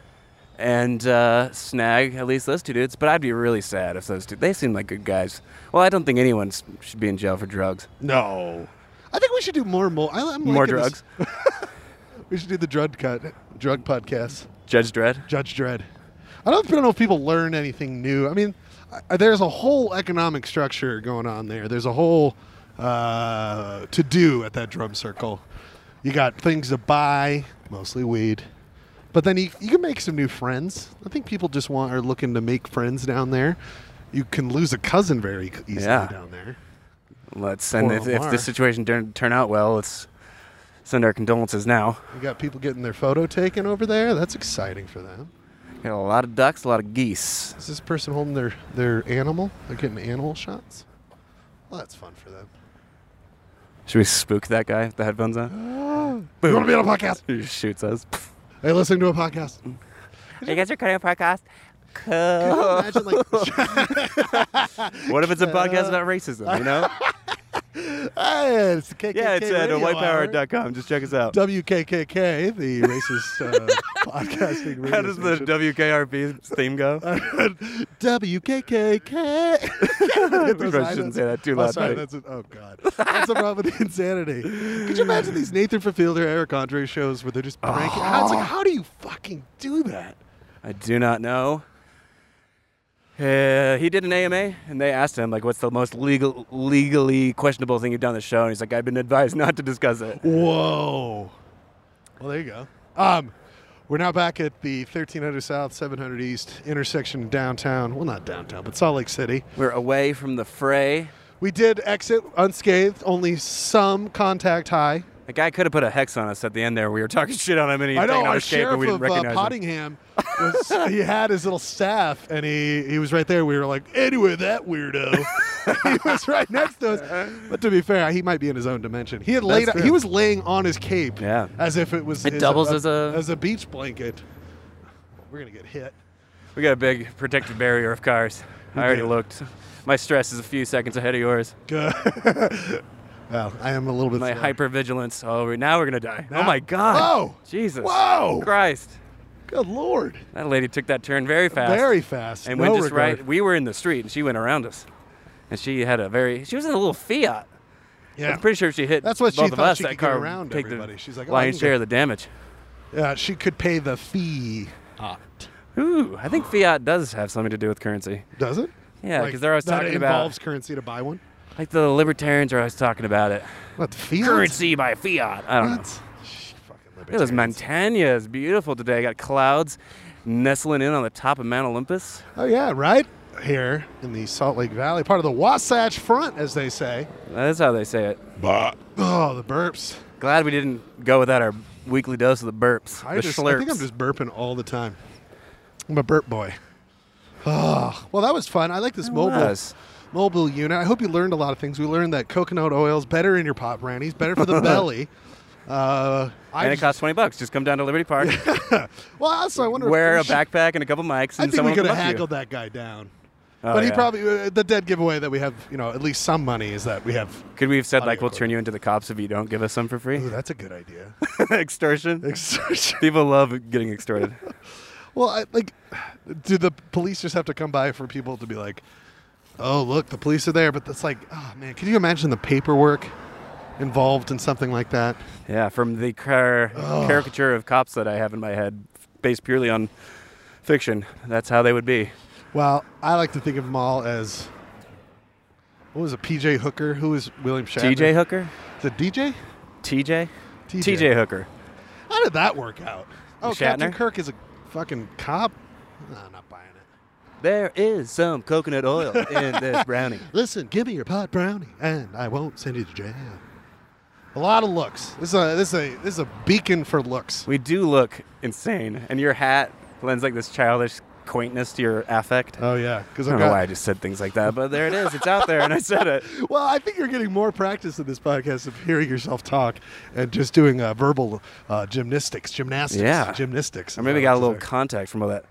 Speaker 2: and uh, snag at least those two dudes. But I'd be really sad if those two. They seem like good guys. Well, I don't think anyone s- should be in jail for drugs.
Speaker 1: No. I think we should do more. More, I, I'm
Speaker 2: More
Speaker 1: liking this.
Speaker 2: drugs.
Speaker 1: We should do the drug cut, drug podcast.
Speaker 2: Judge Dredd.
Speaker 1: Judge Dredd. I don't know if people learn anything new. I mean, I- there's a whole economic structure going on there. There's a whole uh, to do at that drum circle. You got things to buy, mostly weed, but then you, you can make some new friends. I think people just want are looking to make friends down there. You can lose a cousin very c- easily
Speaker 2: Yeah.
Speaker 1: down there.
Speaker 2: Let's send.
Speaker 1: Poor
Speaker 2: If, if
Speaker 1: Lamar.
Speaker 2: this situation didn't turn out well, let's send our condolences now.
Speaker 1: You got people getting their photo taken over there. That's exciting for them.
Speaker 2: Got a lot of ducks, a lot of geese.
Speaker 1: Is this person holding their their animal? They're getting animal shots. Well, that's fun for them.
Speaker 2: Should we spook that guy with the headphones on?
Speaker 1: You want to be on a podcast?
Speaker 2: He just shoots us.
Speaker 1: Hey, listening to a podcast.
Speaker 2: You guys are cutting a podcast.
Speaker 1: Can you imagine, like,
Speaker 2: What if it's a podcast about racism? You know?
Speaker 1: hey, it's the KKK
Speaker 2: yeah, it's uh, at
Speaker 1: radio hour.
Speaker 2: whitepower.com. Just check us out.
Speaker 1: WKKK, the racist uh, podcasting radio
Speaker 2: How does the
Speaker 1: station.
Speaker 2: WKRP theme go?
Speaker 1: WKKK. Get those
Speaker 2: probably
Speaker 1: eyes
Speaker 2: shouldn't
Speaker 1: out.
Speaker 2: say that too
Speaker 1: Oh,
Speaker 2: loud,
Speaker 1: sorry,
Speaker 2: buddy.
Speaker 1: that's a- oh, God. That's the problem with the insanity. Could you imagine these Nathan Fulfield or Eric Andre shows where they're just
Speaker 2: Ah.
Speaker 1: pranking? How- It's like, how do you fucking do that?
Speaker 2: I do not know. Uh, he did an AMA, and they asked him like, "What's the most legal, legally questionable thing you've done on the show?" And he's like, "I've been advised not to discuss it."
Speaker 1: Whoa. Well, there you go. Um, we're now back at the 1300 South, 700 East intersection downtown. Well, not downtown, but Salt Lake City.
Speaker 2: We're away from the fray.
Speaker 1: We did exit unscathed, only some contact high.
Speaker 2: The guy could have put a hex on us at the end there. We were talking shit on him, and he
Speaker 1: I
Speaker 2: taken
Speaker 1: know
Speaker 2: on
Speaker 1: our
Speaker 2: escape, and
Speaker 1: sheriff
Speaker 2: we didn't
Speaker 1: of uh,
Speaker 2: recognize
Speaker 1: Pottingham.
Speaker 2: him.
Speaker 1: Was, he had his little staff, and he he was right there. We were like, anyway, that weirdo. he was right next to us. But to be fair, he might be in his own dimension. He had laid.
Speaker 2: true.
Speaker 1: He was laying on his cape.
Speaker 2: Yeah.
Speaker 1: As if it was.
Speaker 2: It
Speaker 1: his- uh,
Speaker 2: doubles as a-
Speaker 1: as a beach blanket. We're gonna get hit.
Speaker 2: We got a big protective barrier of cars. I already
Speaker 1: do.
Speaker 2: looked. My stress is a few seconds ahead of yours.
Speaker 1: Good. well, I am a little bit.
Speaker 2: My
Speaker 1: slower.
Speaker 2: hypervigilance. Oh, we- now we're gonna die.
Speaker 1: Now-
Speaker 2: Oh my God.
Speaker 1: Whoa.
Speaker 2: Jesus.
Speaker 1: Whoa.
Speaker 2: Christ.
Speaker 1: Good lord.
Speaker 2: That lady took that turn very fast.
Speaker 1: Very fast.
Speaker 2: And
Speaker 1: no
Speaker 2: went just
Speaker 1: regard.
Speaker 2: right. We were in the street, and she went around us. And she had a very. She was in a little Fiat.
Speaker 1: Yeah.
Speaker 2: I'm pretty sure she hit.
Speaker 1: That's what she
Speaker 2: both of
Speaker 1: thought
Speaker 2: us.
Speaker 1: she
Speaker 2: that
Speaker 1: could get
Speaker 2: car
Speaker 1: around
Speaker 2: take the
Speaker 1: everybody. She's like, oh, I
Speaker 2: lion's
Speaker 1: can
Speaker 2: share
Speaker 1: get-
Speaker 2: of the damage.
Speaker 1: Yeah, she could pay the fee.
Speaker 2: Ooh, I think Fiat does have something to do with currency.
Speaker 1: Does it?
Speaker 2: Yeah,
Speaker 1: Like,
Speaker 2: 'cause they're always
Speaker 1: that
Speaker 2: talking
Speaker 1: it
Speaker 2: about-
Speaker 1: involves currency to buy one.
Speaker 2: Like the libertarians are always talking about it.
Speaker 1: What the fiat?
Speaker 2: Currency by fiat. I don't know.
Speaker 1: What? Shh, fucking
Speaker 2: It was
Speaker 1: libertarians.
Speaker 2: Montana. It's beautiful today. got clouds nestling in on the top of Mount Olympus.
Speaker 1: Oh yeah, right here in the Salt Lake Valley, part of the Wasatch Front, as they say.
Speaker 2: That's how they say it.
Speaker 1: Oh, the burps.
Speaker 2: Glad we didn't go without our weekly dose of the burps.
Speaker 1: I
Speaker 2: the
Speaker 1: just,
Speaker 2: slurps.
Speaker 1: I think I'm just burping all the time. I'm a burp boy. Oh, well, that was fun. I like this mobile
Speaker 2: was.
Speaker 1: mobile unit. I hope you learned a lot of things. We learned that coconut oil is better in your pot brownies, better for the belly. Uh, I
Speaker 2: and it
Speaker 1: just-
Speaker 2: costs 20 bucks. Just come down to Liberty Park,
Speaker 1: well, also I wonder.
Speaker 2: wear a
Speaker 1: if,
Speaker 2: backpack and a couple mics,
Speaker 1: I
Speaker 2: and
Speaker 1: think we
Speaker 2: someone
Speaker 1: could have
Speaker 2: will come up to you.
Speaker 1: haggled that guy down.
Speaker 2: Oh,
Speaker 1: but he
Speaker 2: yeah.
Speaker 1: probably uh, the dead giveaway that we have. You know, at least some money is that we have.
Speaker 2: Could we have said like,
Speaker 1: Audio
Speaker 2: "We'll
Speaker 1: recording.
Speaker 2: turn you into the cops if you don't give us some for free"?
Speaker 1: Ooh, that's a good idea.
Speaker 2: Extortion.
Speaker 1: Extortion.
Speaker 2: People love getting extorted.
Speaker 1: Well, I, like, do the police just have to come by for people to be like, "Oh, look, the police are there"? But that's like, oh man, can you imagine the paperwork involved in something like that?
Speaker 2: yeah, from the car- caricature of cops that I have in my head, based purely on fiction, that's how they would be.
Speaker 1: Well, I like to think of them all as what was it, PJ Hooker? Who was William Shatner?
Speaker 2: TJ Hooker,
Speaker 1: the DJ.
Speaker 2: TJ,
Speaker 1: TJ.
Speaker 2: TJ Hooker.
Speaker 1: How did that work out? Oh, Captain
Speaker 2: Shatner?
Speaker 1: Kirk is a fucking cop. No, I'm not buying it.
Speaker 2: There is some coconut oil in this brownie.
Speaker 1: Listen, give me your pot brownie, and I won't send you to jail. A lot of looks. This is a this is a this is a beacon for looks.
Speaker 2: We do look insane, and your hat lends like this childish quaintness to your affect.
Speaker 1: Oh yeah, because
Speaker 2: I
Speaker 1: I've
Speaker 2: don't know
Speaker 1: got-
Speaker 2: why I just said things like that, but there it is. It's out there, and I said it.
Speaker 1: Well, I think you're getting more practice in this podcast of hearing yourself talk and just doing uh, verbal uh, gymnastics, gymnastics,
Speaker 2: Yeah.
Speaker 1: gymnastics.
Speaker 2: I maybe got a little
Speaker 1: Sorry.
Speaker 2: contact from all that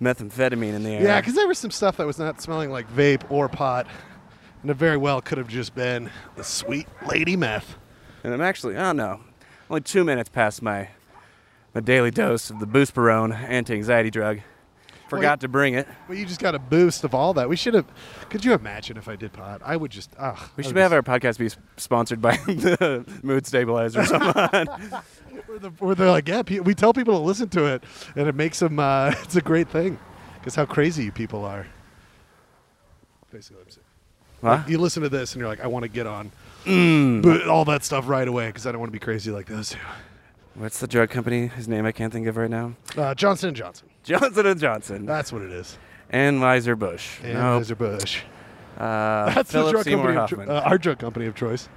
Speaker 2: methamphetamine in the air.
Speaker 1: Yeah, because there was some stuff that was not smelling like vape or pot, and it very well could have just been the sweet lady meth.
Speaker 2: and I'm actually, I don't know, only two minutes past my my daily dose of the Buspirone anti-anxiety drug. Forgot
Speaker 1: Wait.
Speaker 2: to bring it.
Speaker 1: Well, you just got a boost of all that. We should have. Could you imagine if I did pot? I would just. Ugh,
Speaker 2: We
Speaker 1: I
Speaker 2: should
Speaker 1: would
Speaker 2: have our podcast be s- sponsored by the mood stabilizer. or something.
Speaker 1: just- Where, the, where they're like, yeah, pe- we tell people to listen to it, and it makes them. Uh, it's a great thing, because how crazy you people are. Basically, I'm saying.
Speaker 2: Huh?
Speaker 1: You listen to this, and you're like, I want to get on
Speaker 2: Mm.
Speaker 1: bo- all that stuff right away, because I don't want to be crazy like those two.
Speaker 2: What's the drug company? His name I can't think of right now.
Speaker 1: Uh, Johnson and Johnson.
Speaker 2: Johnson and Johnson.
Speaker 1: That's what it is.
Speaker 2: and Weiser Bush.
Speaker 1: And
Speaker 2: Nope.
Speaker 1: Anheuser Busch.
Speaker 2: Uh,
Speaker 1: That's
Speaker 2: Philip
Speaker 1: the drug
Speaker 2: Seymour
Speaker 1: company. Of
Speaker 2: Hoffman.
Speaker 1: cho- uh, our drug company of choice.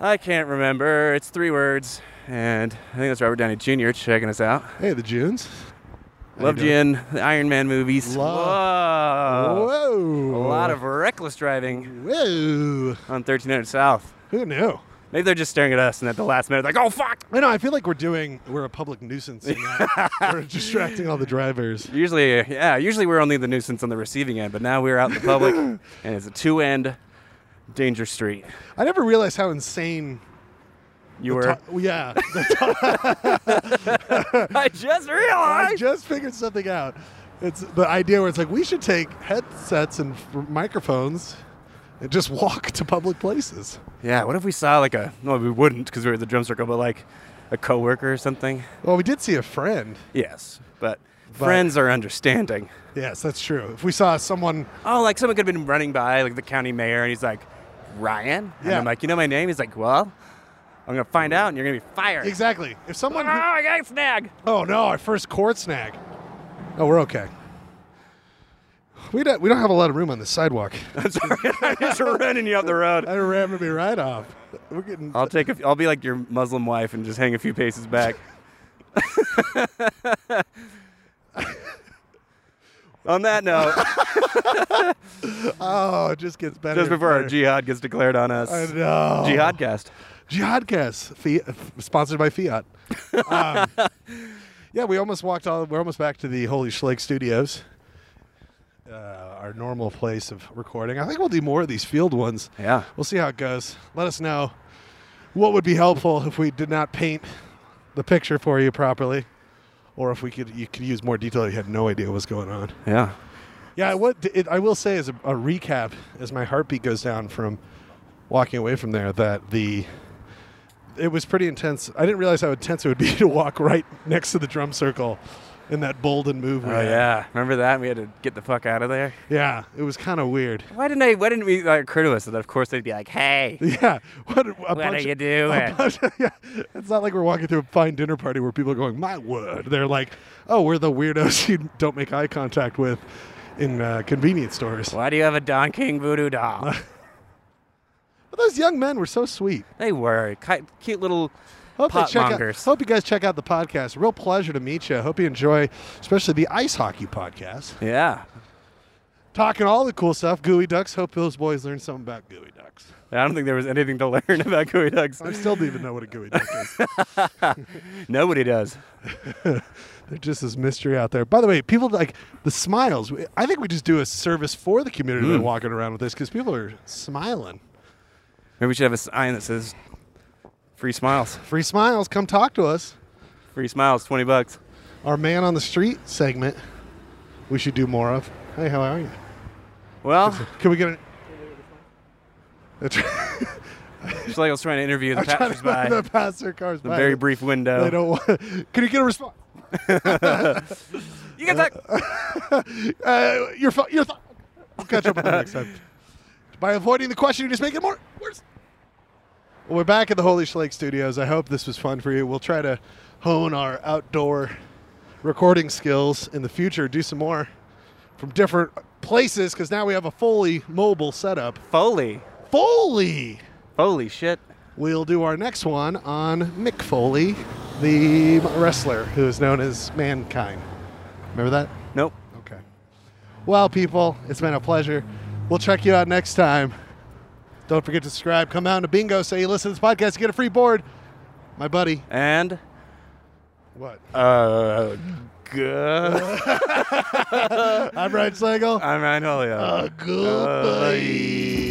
Speaker 2: I can't remember. It's three words, and I think that's Robert Downey Jr. checking us out.
Speaker 1: Hey, the Junes. How
Speaker 2: Loved
Speaker 1: you
Speaker 2: you
Speaker 1: doing?
Speaker 2: in the Iron Man movies. Whoa.
Speaker 1: Whoa.
Speaker 2: Uh, A lot of reckless driving
Speaker 1: Whoa.
Speaker 2: on 1300 South.
Speaker 1: Who knew?
Speaker 2: Maybe they're just staring at us, and at the last minute, like, oh fuck!
Speaker 1: I know. I feel like we're doing we're a public nuisance. In that. we're distracting all the drivers.
Speaker 2: Usually, yeah, usually we're only the nuisance on the receiving end, but now we're out in the public, and it's a two-end danger street.
Speaker 1: I never realized how insane.
Speaker 2: You
Speaker 1: the
Speaker 2: were.
Speaker 1: to- yeah.
Speaker 2: I just
Speaker 1: I
Speaker 2: realized.
Speaker 1: just figured something out. It's the idea where it's like we should take headsets and f- microphones and just walk to public places.
Speaker 2: yeah. What if we saw like a? No, we wouldn't because we were at the drum circle, but like a coworker or something.
Speaker 1: Well, we did see a friend.
Speaker 2: Yes, but
Speaker 1: But-
Speaker 2: friends are understanding.
Speaker 1: Yes, that's true. If we saw someone
Speaker 2: oh, like someone could have been running by, like the county mayor, and he's like, Ryan? And
Speaker 1: Yeah.
Speaker 2: I'm like, you know my name? He's like, well, I'm going to find out, and you're going to be fired.
Speaker 1: exactly, if someone
Speaker 2: Oh,
Speaker 1: who-
Speaker 2: I got a snag.
Speaker 1: Oh no, our first court snag. Oh, we're okay. We don't, we don't have a lot of room on the sidewalk.
Speaker 2: I'm sorry. I'm just running you up the road.
Speaker 1: I rammed me right off. We're getting
Speaker 2: I'll take a, f- I'll be like your Muslim wife and just hang a few paces back. On that note,
Speaker 1: oh, it just gets better.
Speaker 2: just
Speaker 1: and
Speaker 2: before our
Speaker 1: better.
Speaker 2: jihad gets declared on us,
Speaker 1: I know.
Speaker 2: jihadcast.
Speaker 1: Jihadcast, Fiat, sponsored by Fiat. Um, yeah, we almost walked all. We're almost back to the Holy Schlake Studios, uh, our normal place of recording. I think we'll do more of these field ones.
Speaker 2: Yeah.
Speaker 1: We'll see how it goes. Let us know what would be helpful if we did not paint the picture for you properly, or if we could you could use more detail. You had no idea what was going on.
Speaker 2: Yeah.
Speaker 1: Yeah, what it, I will say is a, a recap as my heartbeat goes down from walking away from there that the it was pretty intense. I didn't realize how intense it would be to walk right next to the drum circle in that bold and move. we
Speaker 2: Oh,
Speaker 1: had.
Speaker 2: yeah. Remember that? We had to get the fuck out of there.
Speaker 1: yeah, it was kind of weird.
Speaker 2: Why didn't I? Why didn't we like, occur to us that of course they'd be like, "Hey,
Speaker 1: Yeah, what, a
Speaker 2: what are
Speaker 1: bunch
Speaker 2: you
Speaker 1: of-
Speaker 2: doing?"
Speaker 1: yeah, it's not like we're walking through a fine dinner party where people are going, "My word!" They're like, "Oh, we're the weirdos you don't make eye contact with in uh, convenience stores."
Speaker 2: Why do you have a Don King voodoo doll?
Speaker 1: But those young men were so sweet.
Speaker 2: they were ki- cute little
Speaker 1: Hope, they check out,
Speaker 2: potmongers.
Speaker 1: hope you guys check out the podcast. Real pleasure to meet you. Hope you enjoy, especially the ice hockey podcast.
Speaker 2: Yeah,
Speaker 1: Talking all the cool stuff, Gooey Ducks. Hope those boys learn something about Gooey Ducks. ducks.
Speaker 2: I don't think there was anything to learn about gooey ducks.
Speaker 1: I still don't even know what a gooey duck is.
Speaker 2: Nobody does.
Speaker 1: They're just this mystery out there. By the way, people like the smiles. We- I think we just do a service for the community
Speaker 2: Mm.
Speaker 1: by walking around with this because people are smiling.
Speaker 2: Maybe we should have a sign that says free smiles.
Speaker 1: Free smiles. Come talk to us.
Speaker 2: Free smiles, 20 bucks.
Speaker 1: Our man on the street segment. We should do more of. Hey, how are you?
Speaker 2: Well,
Speaker 1: Can we get a? That's right.
Speaker 2: it's like I was trying to interview the
Speaker 1: I'm trying to
Speaker 2: passersby.
Speaker 1: the passer cars.
Speaker 2: The
Speaker 1: by.
Speaker 2: very brief window.
Speaker 1: They don't. Want, can you get a response?
Speaker 2: You can talk.
Speaker 1: Uh, your phone. Your th- we'll catch up on that next time. By avoiding the question, you just make it more worse. Well, we're back at the Holy Schlake Studios. I hope this was fun for you. We'll try to hone our outdoor recording skills in the future. Do some more from different places because now we have a fully mobile setup.
Speaker 2: Foley.
Speaker 1: Foley.
Speaker 2: Holy shit.
Speaker 1: We'll do our next one on Mick Foley, the wrestler who is known as Mankind. Remember that?
Speaker 2: Nope.
Speaker 1: Okay. Well, people, it's been a pleasure. We'll check you out next time. Don't forget to subscribe. Come out to Bingo. Say you listen to this podcast. Get a free board. My buddy.
Speaker 2: And
Speaker 1: What?
Speaker 2: uh good.
Speaker 1: I'm Ryan Slagle. Uh,
Speaker 2: I'm Ryan Holyoke.
Speaker 1: Goodbye.